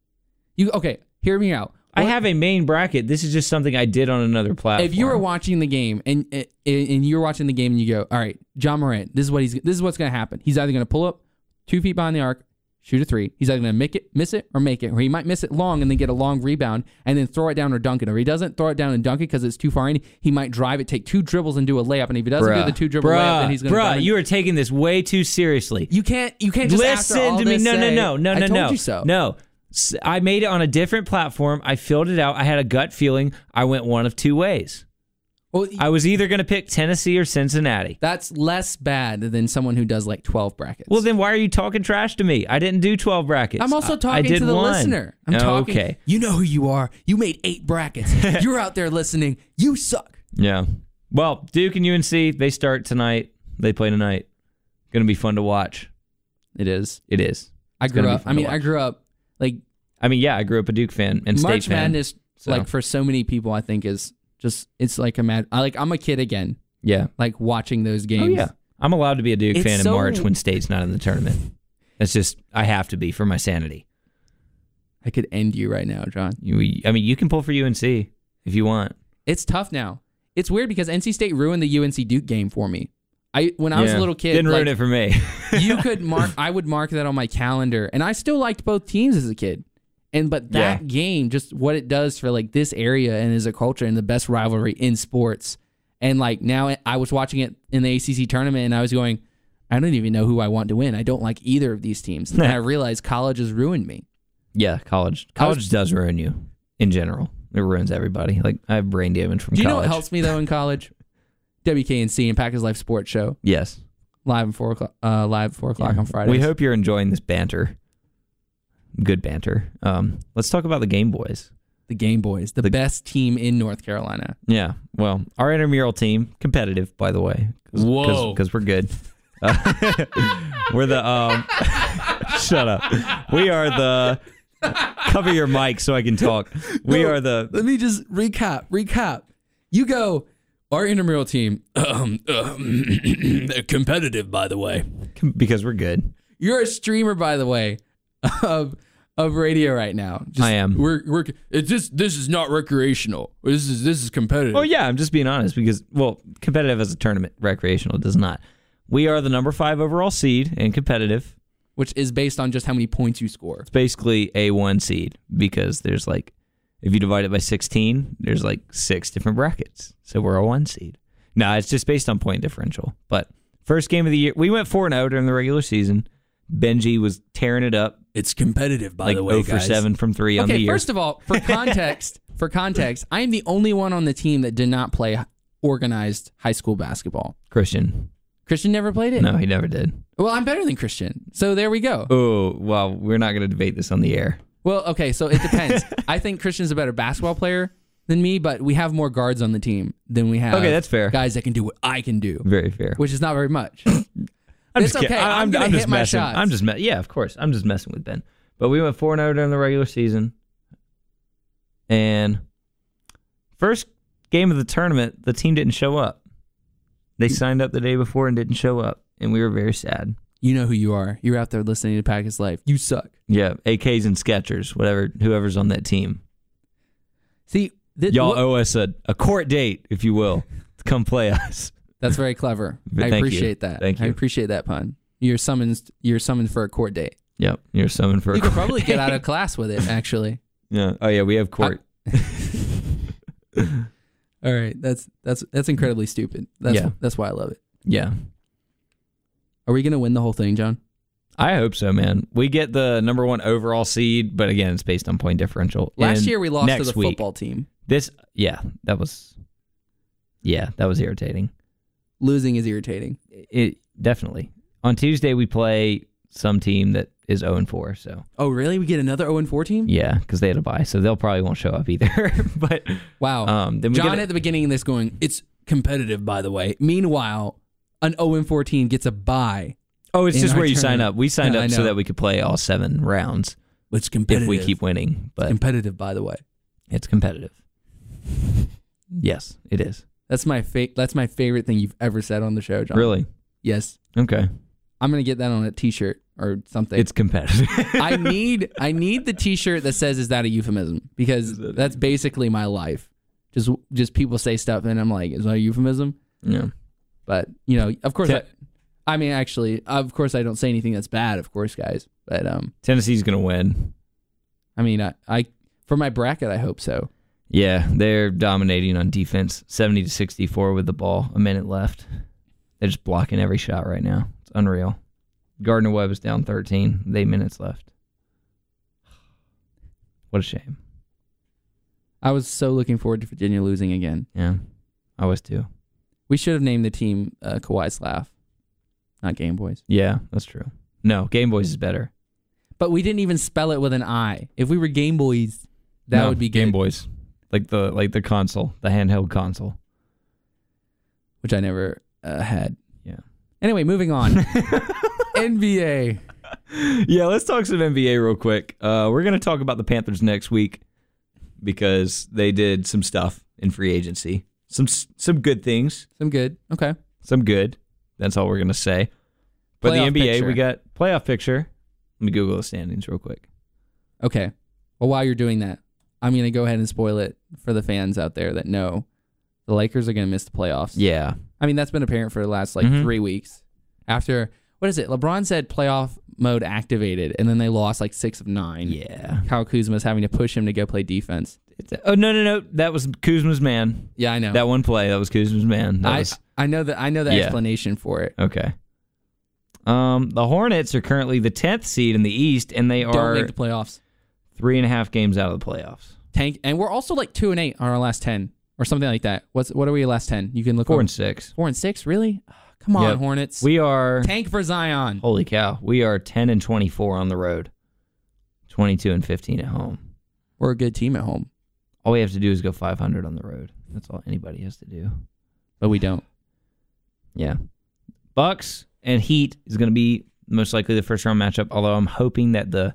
Speaker 1: You okay? Hear me out.
Speaker 2: I
Speaker 1: What-
Speaker 2: have a main bracket. This is just something I did on another platform.
Speaker 1: If you were watching the game and and- and you're watching the game and you go, all right, John Morant, this is what he's this is what's gonna happen. He's either gonna pull up two feet behind the arc, shoot a three. He's either gonna make it, miss it, or make it, or he might miss it long and then get a long rebound and then throw it down or dunk it. Or he doesn't throw it down and dunk it because it's too far in. He might drive it, take two dribbles and do a layup. And if he doesn't do the two dribble layup, then he's gonna. drive
Speaker 2: bruh,
Speaker 1: and-
Speaker 2: you are taking this way too seriously.
Speaker 1: You can't. You can't just after
Speaker 2: Listen
Speaker 1: all
Speaker 2: to me.
Speaker 1: this
Speaker 2: No,
Speaker 1: say,
Speaker 2: no, no, no,
Speaker 1: I
Speaker 2: no,
Speaker 1: told
Speaker 2: no.
Speaker 1: You so.
Speaker 2: No. S- I made it on a different platform. I filled it out. I had a gut feeling. I went one of two ways.
Speaker 1: Well,
Speaker 2: I was either going to pick Tennessee or Cincinnati.
Speaker 1: that's less bad than someone who does like twelve brackets.
Speaker 2: Well, then why are you talking trash to me? I didn't do 12 brackets.
Speaker 1: I'm
Speaker 2: I-
Speaker 1: also
Speaker 2: I
Speaker 1: talking
Speaker 2: did
Speaker 1: to the
Speaker 2: one.
Speaker 1: listener. I'm
Speaker 2: Oh,
Speaker 1: talking.
Speaker 2: Okay.
Speaker 1: You know who you are. You made eight brackets. You're out there listening. You suck.
Speaker 2: Yeah. Well, Duke and UNC, they start tonight. They play tonight. Going to be fun to watch.
Speaker 1: It is.
Speaker 2: It is.
Speaker 1: I grew
Speaker 2: gonna be
Speaker 1: up.
Speaker 2: fun
Speaker 1: I
Speaker 2: to
Speaker 1: mean, I
Speaker 2: watch.
Speaker 1: grew up like
Speaker 2: I mean, yeah, I grew up a Duke fan and
Speaker 1: March
Speaker 2: State fan.
Speaker 1: Madness.
Speaker 2: so.
Speaker 1: Like for so many people, I think is just it's like a mad. I like I'm a kid again.
Speaker 2: Yeah.
Speaker 1: Like watching those games.
Speaker 2: Oh, yeah. I'm allowed to be a Duke
Speaker 1: It's
Speaker 2: fan in
Speaker 1: so-
Speaker 2: March when State's not in the tournament. That's just I have to be for my sanity.
Speaker 1: I could end you right now, John.
Speaker 2: You, I mean, you can pull for UNC if you want.
Speaker 1: It's tough now. It's weird because NC State ruined the UNC Duke game for me. I when I was a
Speaker 2: Yeah.
Speaker 1: little kid,
Speaker 2: didn't
Speaker 1: like,
Speaker 2: ruin it for me.
Speaker 1: you could mark. I would mark that on my calendar, and I still liked both teams as a kid. And but that
Speaker 2: Yeah.
Speaker 1: game, just what it does for like this area and as a culture and the best rivalry in sports. And like now, I was watching it in the ACC tournament, and I was going, I don't even know who I want to win. I don't like either of these teams. And I realized college has ruined me.
Speaker 2: yeah, college. College does ruin you in general. It ruins everybody. Like I have brain damage from
Speaker 1: Do you know
Speaker 2: college.
Speaker 1: what helps me though in college? WKNC and Packers Life Sports Show
Speaker 2: Yes.
Speaker 1: live at four o'clock. Uh, live at four o'clock on Friday.
Speaker 2: We hope you're enjoying this banter. Good banter. Um, let's talk about the Game Boys.
Speaker 1: the Game Boys, the, best team in North Carolina.
Speaker 2: Yeah. Well, our intramural team, competitive, by the way. Cause,
Speaker 1: Whoa.
Speaker 2: Because we're good. Uh, we're the. Um, shut up. We are the. Cover your mic so I can talk. We
Speaker 1: No.
Speaker 2: are the.
Speaker 1: Let me just recap. Recap. You go. Our intramural team, um, they're competitive, by the way.
Speaker 2: Because we're good.
Speaker 1: You're a streamer, by the way, of of radio right now. Just,
Speaker 2: I am.
Speaker 1: We're we're it's just this is not recreational. This is this is competitive.
Speaker 2: Oh, yeah. I'm just being honest because, well, competitive as a tournament, recreational does not. We are the number five overall seed and competitive.
Speaker 1: Which is based on just how many points you score.
Speaker 2: it's basically a one seed because there's like if you divide it by 16 there's like six different brackets so we're a one seed no it's just based on point differential but first game of the year we went 4-0 during the regular season benji was tearing it up
Speaker 1: It's competitive, by
Speaker 2: like 0 for 7 from 3 on the
Speaker 1: Okay,
Speaker 2: year
Speaker 1: first of all, for context, for context, I am the only one on the team that did not play organized high school basketball.
Speaker 2: christian
Speaker 1: Christian never played it.
Speaker 2: no he never did
Speaker 1: Well, I'm better than Christian. So there we go.
Speaker 2: oh well we're not going to debate this on the air
Speaker 1: Well, okay, so it depends. I think Christian's a better basketball player than me, but we have more guards on the team than we have
Speaker 2: Okay, that's fair.
Speaker 1: guys that can do what I can do,
Speaker 2: very fair
Speaker 1: which is not very much.
Speaker 2: I'm
Speaker 1: It's
Speaker 2: just kidding.
Speaker 1: okay.
Speaker 2: I-
Speaker 1: I'm gonna
Speaker 2: just
Speaker 1: hit my
Speaker 2: messing.
Speaker 1: shots.
Speaker 2: I'm just me- yeah, of course. I'm just messing with Ben. But we went four and zero during the regular season, and first game of the tournament, the team didn't show up. They signed up the day before and didn't show up, and we were very sad.
Speaker 1: You know who you are. You're out there listening to Packers Life. You suck.
Speaker 2: Yeah, AKs and Skechers, whatever, whoever's on that team.
Speaker 1: See, thi-
Speaker 2: Y'all
Speaker 1: what-
Speaker 2: owe us a, a court date, if you will, to come play us.
Speaker 1: that's very clever.
Speaker 2: But
Speaker 1: I
Speaker 2: thank you.
Speaker 1: appreciate that.
Speaker 2: Thank
Speaker 1: I
Speaker 2: you.
Speaker 1: appreciate that pun. You're summoned. You're summoned for a court date.
Speaker 2: Yep, you're summoned for a
Speaker 1: You could
Speaker 2: court.
Speaker 1: probably get out of class with it. Actually.
Speaker 2: Yeah. Oh yeah, we have court.
Speaker 1: All right. That's that's that's incredibly stupid. That's
Speaker 2: Yeah.
Speaker 1: that's why I love it.
Speaker 2: yeah.
Speaker 1: Are we gonna win the whole thing, John?
Speaker 2: I hope so, man. We get the number one overall seed, but again, it's based on point differential.
Speaker 1: Last
Speaker 2: And
Speaker 1: year we lost to
Speaker 2: next
Speaker 1: the
Speaker 2: week,
Speaker 1: football team.
Speaker 2: This, yeah, that was, yeah, that was irritating.
Speaker 1: Losing is irritating.
Speaker 2: It definitely. On Tuesday we play some team that is 0 and 4, so
Speaker 1: Oh, really? We get another 0 4 team?
Speaker 2: yeah, because they had a bye, so they'll probably won't show up either. but
Speaker 1: Wow.
Speaker 2: Um, then we
Speaker 1: John
Speaker 2: get a-
Speaker 1: at the beginning of this going, it's competitive, by the way. Meanwhile, an 0 4 team gets a bye.
Speaker 2: oh, it's
Speaker 1: In
Speaker 2: just
Speaker 1: our
Speaker 2: where you sign
Speaker 1: tournament.
Speaker 2: up. We signed
Speaker 1: Yeah, I
Speaker 2: up so
Speaker 1: know.
Speaker 2: that we could play all seven rounds
Speaker 1: It's competitive.
Speaker 2: if we keep winning. But
Speaker 1: competitive, by the way.
Speaker 2: It's competitive. Yes, it is.
Speaker 1: That's my fa- that's my favorite thing you've ever said on the show, John.
Speaker 2: Really?
Speaker 1: Yes.
Speaker 2: Okay.
Speaker 1: I'm gonna get that on a T-shirt or something.
Speaker 2: It's competitive.
Speaker 1: I need I need the T-shirt that says "Is that a euphemism?" Because
Speaker 2: that a-
Speaker 1: that's basically my life. Just just people say stuff and I'm like, "Is that a euphemism?"
Speaker 2: yeah.
Speaker 1: But you know, of course,
Speaker 2: Te-
Speaker 1: I, I mean, actually, of course, I don't say anything that's bad, of course, guys. But um,
Speaker 2: Tennessee's going to win.
Speaker 1: I mean, I, I for my bracket, I hope so.
Speaker 2: Yeah, they're dominating on defense, 70 to 64 with the ball, a minute left. They're just blocking every shot right now. It's unreal. Gardner Webb is down 13, with eight minutes left. What a shame.
Speaker 1: I was so looking forward to Virginia losing again.
Speaker 2: Yeah, I was too.
Speaker 1: We should have named the team uh, Kawhi's Laugh, not Game Boys.
Speaker 2: Yeah, that's true. No, Game Boys is better.
Speaker 1: But we didn't even spell it with an I. If we were Game Boys, that
Speaker 2: No,
Speaker 1: would be
Speaker 2: Game
Speaker 1: good,
Speaker 2: Boys, like the like the console, the handheld console.
Speaker 1: which I never uh, had.
Speaker 2: Yeah.
Speaker 1: Anyway, moving on. NBA.
Speaker 2: Yeah, let's talk some NBA real quick. Uh, we're gonna talk about the Panthers next week because they did some stuff in free agency, some some good things,
Speaker 1: Some good. Okay.
Speaker 2: some good. That's all we're gonna say. But
Speaker 1: Playoff
Speaker 2: the NBA,
Speaker 1: picture.
Speaker 2: we got playoff picture. Let me Google the standings real quick.
Speaker 1: Okay. Well, while you're doing that, I'm going to go ahead and spoil it for the fans out there that know the Lakers are going to miss the playoffs.
Speaker 2: Yeah,
Speaker 1: I mean, that's been apparent for the last like
Speaker 2: Mhm.
Speaker 1: three weeks. After, what is it? LeBron said playoff mode activated, and then they lost like six of nine.
Speaker 2: yeah.
Speaker 1: Kyle Kuzma's having to push him to go play defense.
Speaker 2: It's, oh no, no, no. That was Kuzma's man.
Speaker 1: Yeah, I know.
Speaker 2: That one play. That was Kuzma's man. That
Speaker 1: I,
Speaker 2: was-
Speaker 1: I know the I know the
Speaker 2: Yeah.
Speaker 1: explanation for it.
Speaker 2: Okay. Um, the Hornets are currently the tenth seed in the East, and they
Speaker 1: Don't
Speaker 2: are
Speaker 1: make the playoffs.
Speaker 2: three and a half games out of the playoffs.
Speaker 1: Tank, and we're also like two and eight on our last ten or something like that. What's what are we last ten? You can look
Speaker 2: Four
Speaker 1: on-
Speaker 2: and six.
Speaker 1: four and six. Really? Come on,
Speaker 2: Yep.
Speaker 1: Hornets.
Speaker 2: We are
Speaker 1: Tank for Zion.
Speaker 2: holy cow. We are ten and twenty four on the road, twenty two and fifteen at home.
Speaker 1: We're a good team at home,
Speaker 2: All we have to do is go five hundred on the road. That's all anybody has to do.
Speaker 1: but we don't.
Speaker 2: Yeah. Bucks and Heat is going to be most likely the first round matchup. Although I'm hoping that the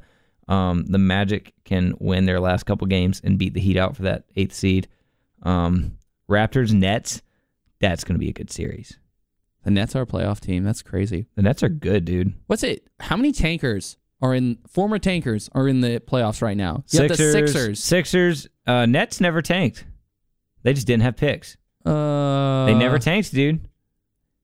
Speaker 2: um, the Magic can win their last couple games and beat the Heat out for that eighth seed. Um, Raptors Nets. That's going to be a good series.
Speaker 1: The Nets are a playoff team. That's crazy.
Speaker 2: The Nets are good, dude.
Speaker 1: What's it? How many tankers are in former tankers are in the playoffs right now? You have the Sixers.
Speaker 2: Sixers. Uh, Nets never tanked. They just didn't have picks.
Speaker 1: Uh,
Speaker 2: They never tanked, dude.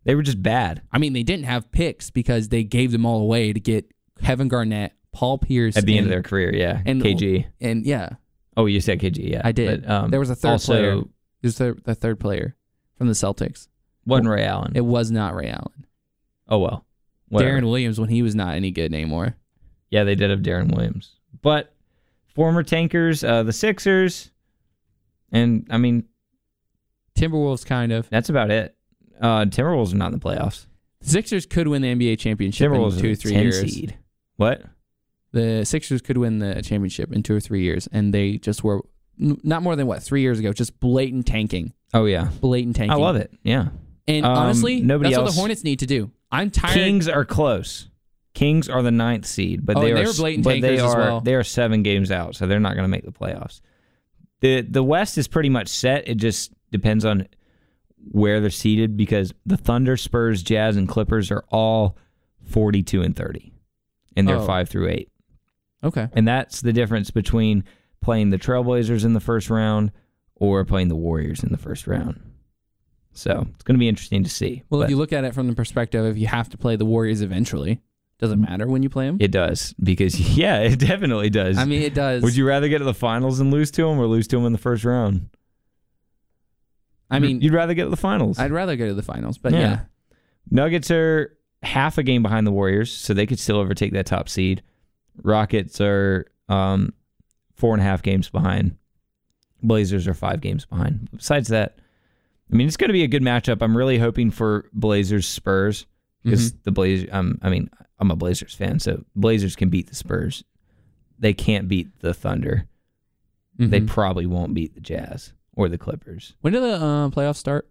Speaker 2: They were just bad.
Speaker 1: I mean, they didn't have picks because they gave them all away to get Kevin Garnett, Paul Pierce
Speaker 2: At the end of
Speaker 1: and-
Speaker 2: their career, yeah.
Speaker 1: and-
Speaker 2: KG.
Speaker 1: and yeah,
Speaker 2: Oh, you said KG, yeah.
Speaker 1: I did.
Speaker 2: But, um,
Speaker 1: there was a third
Speaker 2: also,
Speaker 1: player. There's the, the third player from the Celtics.
Speaker 2: Wasn't Ray Allen.
Speaker 1: It was not Ray Allen.
Speaker 2: Oh well. Whatever.
Speaker 1: Darren Williams when he was not any good anymore.
Speaker 2: Yeah, they did have Darren Williams. But former tankers, uh, the Sixers, and I mean
Speaker 1: Timberwolves kind of.
Speaker 2: that's about it. Uh, Timberwolves are not in the playoffs.
Speaker 1: Sixers could win the NBA championship
Speaker 2: Timberwolves
Speaker 1: in
Speaker 2: are
Speaker 1: two
Speaker 2: the
Speaker 1: or three
Speaker 2: 10
Speaker 1: years.
Speaker 2: seed. What?
Speaker 1: The Sixers could win the championship in two or three years, and they just were n- not more than what three years ago, just blatant tanking,
Speaker 2: Oh yeah,
Speaker 1: blatant tanking.
Speaker 2: I love it. Yeah,
Speaker 1: And
Speaker 2: Um,
Speaker 1: honestly,
Speaker 2: nobody
Speaker 1: that's what
Speaker 2: else-
Speaker 1: the Hornets need to do. I'm tired.
Speaker 2: Kings are close. Kings are the ninth seed, but
Speaker 1: Oh,
Speaker 2: they
Speaker 1: and
Speaker 2: are
Speaker 1: they were blatant
Speaker 2: but they
Speaker 1: tankers
Speaker 2: are
Speaker 1: as well.
Speaker 2: they are seven games out, so they're not going to make the playoffs. the The West is pretty much set. It just depends on where they're seated because the Thunder, Spurs, Jazz, and Clippers are all forty two and thirty, and they're
Speaker 1: Oh.
Speaker 2: five through eight.
Speaker 1: Okay.
Speaker 2: And that's the difference between playing the Trailblazers in the first round or playing the Warriors in the first round. So it's going to be interesting to see.
Speaker 1: Well,
Speaker 2: but-
Speaker 1: if you look at it from the perspective of you have to play the Warriors eventually, doesn't matter when you play them.
Speaker 2: Mm-hmm. It does because yeah, it definitely does.
Speaker 1: I mean, it does.
Speaker 2: would you rather get to the finals and lose to them, or lose to them in the first round?
Speaker 1: I mean,
Speaker 2: you'd rather get to the finals.
Speaker 1: I'd rather go to the finals, but
Speaker 2: Yeah.
Speaker 1: yeah.
Speaker 2: Nuggets are half a game behind the Warriors, so they could still overtake that top seed. Rockets are um, four and a half games behind. Blazers are five games behind. Besides that, I mean, it's going to be a good matchup. I'm really hoping for Blazers Spurs because
Speaker 1: Mm-hmm.
Speaker 2: the Blazers. Um, I mean, I'm a Blazers fan, so Blazers can beat the Spurs. They can't beat the Thunder. They
Speaker 1: Mhm.
Speaker 2: probably won't beat the Jazz or the Clippers.
Speaker 1: when do the uh, playoffs start?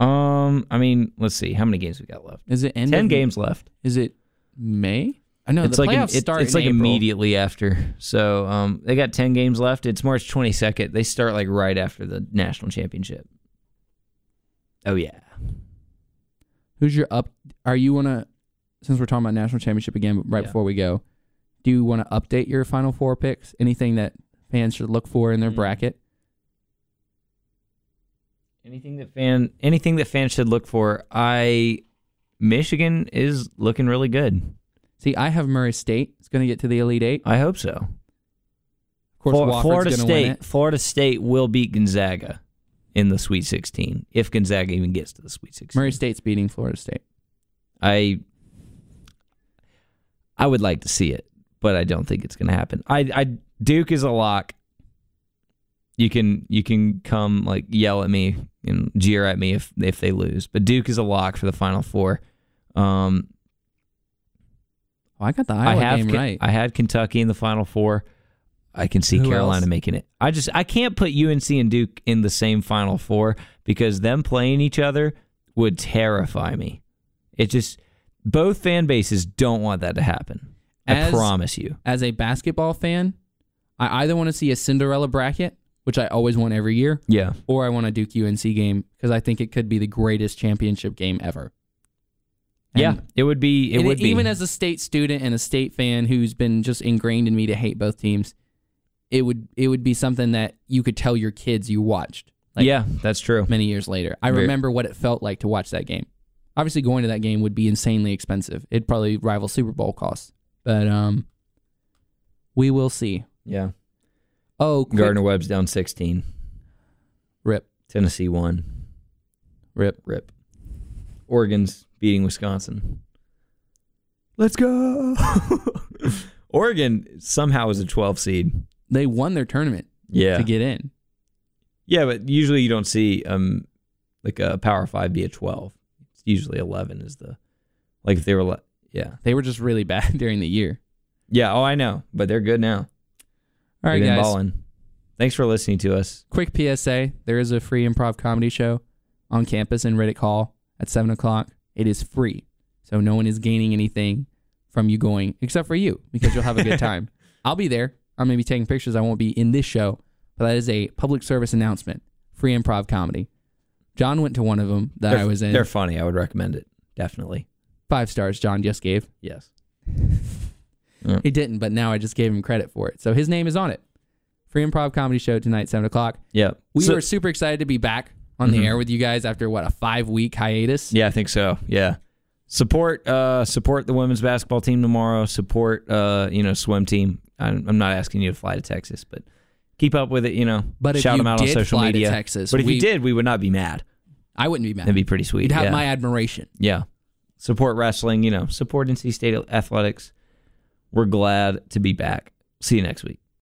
Speaker 2: Um, I mean, let's see how many games we got left.
Speaker 1: Is it end
Speaker 2: Ten
Speaker 1: of-
Speaker 2: games left.
Speaker 1: Is it May? I know
Speaker 2: it's
Speaker 1: the
Speaker 2: like
Speaker 1: playoffs
Speaker 2: im- it-
Speaker 1: start.
Speaker 2: it's
Speaker 1: in
Speaker 2: like
Speaker 1: April.
Speaker 2: immediately after. So um, they got ten games left. It's March twenty second. They start like right after the national championship. Oh yeah,
Speaker 1: Who's your up? Are you wanna? Since we're talking about national championship again, right
Speaker 2: Yeah.
Speaker 1: before we go, do you want to update your final four picks? Anything that fans should look for in their
Speaker 2: Mm.
Speaker 1: bracket?
Speaker 2: anything that fan anything that fans should look for. I Michigan is looking really good.
Speaker 1: See, I have Murray State. It's going to get to the Elite Eight.
Speaker 2: I hope so.
Speaker 1: Of course,
Speaker 2: Flor-
Speaker 1: Wofford's
Speaker 2: Florida
Speaker 1: gonna win
Speaker 2: State.
Speaker 1: it.
Speaker 2: Florida State will beat Gonzaga in the Sweet Sixteen if Gonzaga even gets to the Sweet Sixteen.
Speaker 1: Murray State's beating Florida State.
Speaker 2: I I would like to see it, but I don't think it's going to happen. I, I Duke is a lock. You can you can come like yell at me and jeer at me if if they lose, but Duke is a lock for the Final Four. Um,
Speaker 1: Oh, I got the
Speaker 2: I
Speaker 1: Iowa
Speaker 2: have
Speaker 1: game
Speaker 2: Ken-
Speaker 1: right.
Speaker 2: I had Kentucky in the Final Four. I can see
Speaker 1: Who
Speaker 2: Carolina
Speaker 1: else?
Speaker 2: making it. I just I can't put UNC and Duke in the same Final Four because them playing each other would terrify me. It just both fan bases don't want that to happen. I
Speaker 1: As-
Speaker 2: promise you.
Speaker 1: As a basketball fan, I either want to see a Cinderella bracket, which I always want every year,
Speaker 2: Yeah.
Speaker 1: or I want a Duke UNC game because I think it could be the greatest championship game ever. And-
Speaker 2: yeah. It would be. It
Speaker 1: and
Speaker 2: would be.
Speaker 1: even as a state student and a state fan who's been just ingrained in me to hate both teams, it would it would be something that you could tell your kids you watched. Like,
Speaker 2: yeah, that's true.
Speaker 1: many years later. I
Speaker 2: Very-
Speaker 1: remember what it felt like to watch that game. Obviously, going to that game would be insanely expensive. It'd probably rival Super Bowl costs. But um, we will see.
Speaker 2: Yeah.
Speaker 1: Oh, quick,
Speaker 2: Gardner Webb's down sixteen.
Speaker 1: rip,
Speaker 2: Tennessee won.
Speaker 1: rip.
Speaker 2: Rip. Oregon's beating Wisconsin. Let's go. Oregon somehow is a 12 seed.
Speaker 1: They won their tournament
Speaker 2: Yeah.
Speaker 1: to get in.
Speaker 2: yeah, but usually you don't see um like a power 5 be a 12. It's usually 11 is the like if they were le- yeah.
Speaker 1: They were just really bad during the year.
Speaker 2: Yeah, oh I know, but they're good now.
Speaker 1: All right,
Speaker 2: They've been
Speaker 1: guys.
Speaker 2: balling. Thanks for listening to us.
Speaker 1: Quick PSA: There is a free improv comedy show on campus in Riddick Hall at seven o'clock. It is free, so no one is gaining anything from you going except for you because you'll have a good time. I'll be there. I'm gonna be taking pictures. I won't be in this show, but that is a public service announcement. Free improv comedy. John went to one of them that
Speaker 2: they're,
Speaker 1: I was
Speaker 2: They're
Speaker 1: in.
Speaker 2: funny. I would recommend it. Definitely.
Speaker 1: Five stars. John just gave.
Speaker 2: Yes.
Speaker 1: He didn't, but now I just gave him credit for it. So his name is on it. Free improv comedy show tonight, seven o'clock.
Speaker 2: Yeah.
Speaker 1: We
Speaker 2: So- Mm-hmm.
Speaker 1: were super excited to be back on the air with you guys after what a five week hiatus.
Speaker 2: Yeah, I think so. Yeah. Support uh support the women's basketball team tomorrow. Support uh, you know, swim team. I'm, I'm not asking you to fly to Texas, but keep up with it, you know.
Speaker 1: But if
Speaker 2: shout
Speaker 1: you
Speaker 2: them out
Speaker 1: did
Speaker 2: on social
Speaker 1: fly to
Speaker 2: media.
Speaker 1: Texas,
Speaker 2: but if
Speaker 1: we-
Speaker 2: you did, we would not be mad.
Speaker 1: I wouldn't be mad.
Speaker 2: That'd be pretty sweet.
Speaker 1: You'd have
Speaker 2: yeah.
Speaker 1: my admiration.
Speaker 2: yeah. Support wrestling, you know, support NC State athletics. We're glad to be back. See you next week.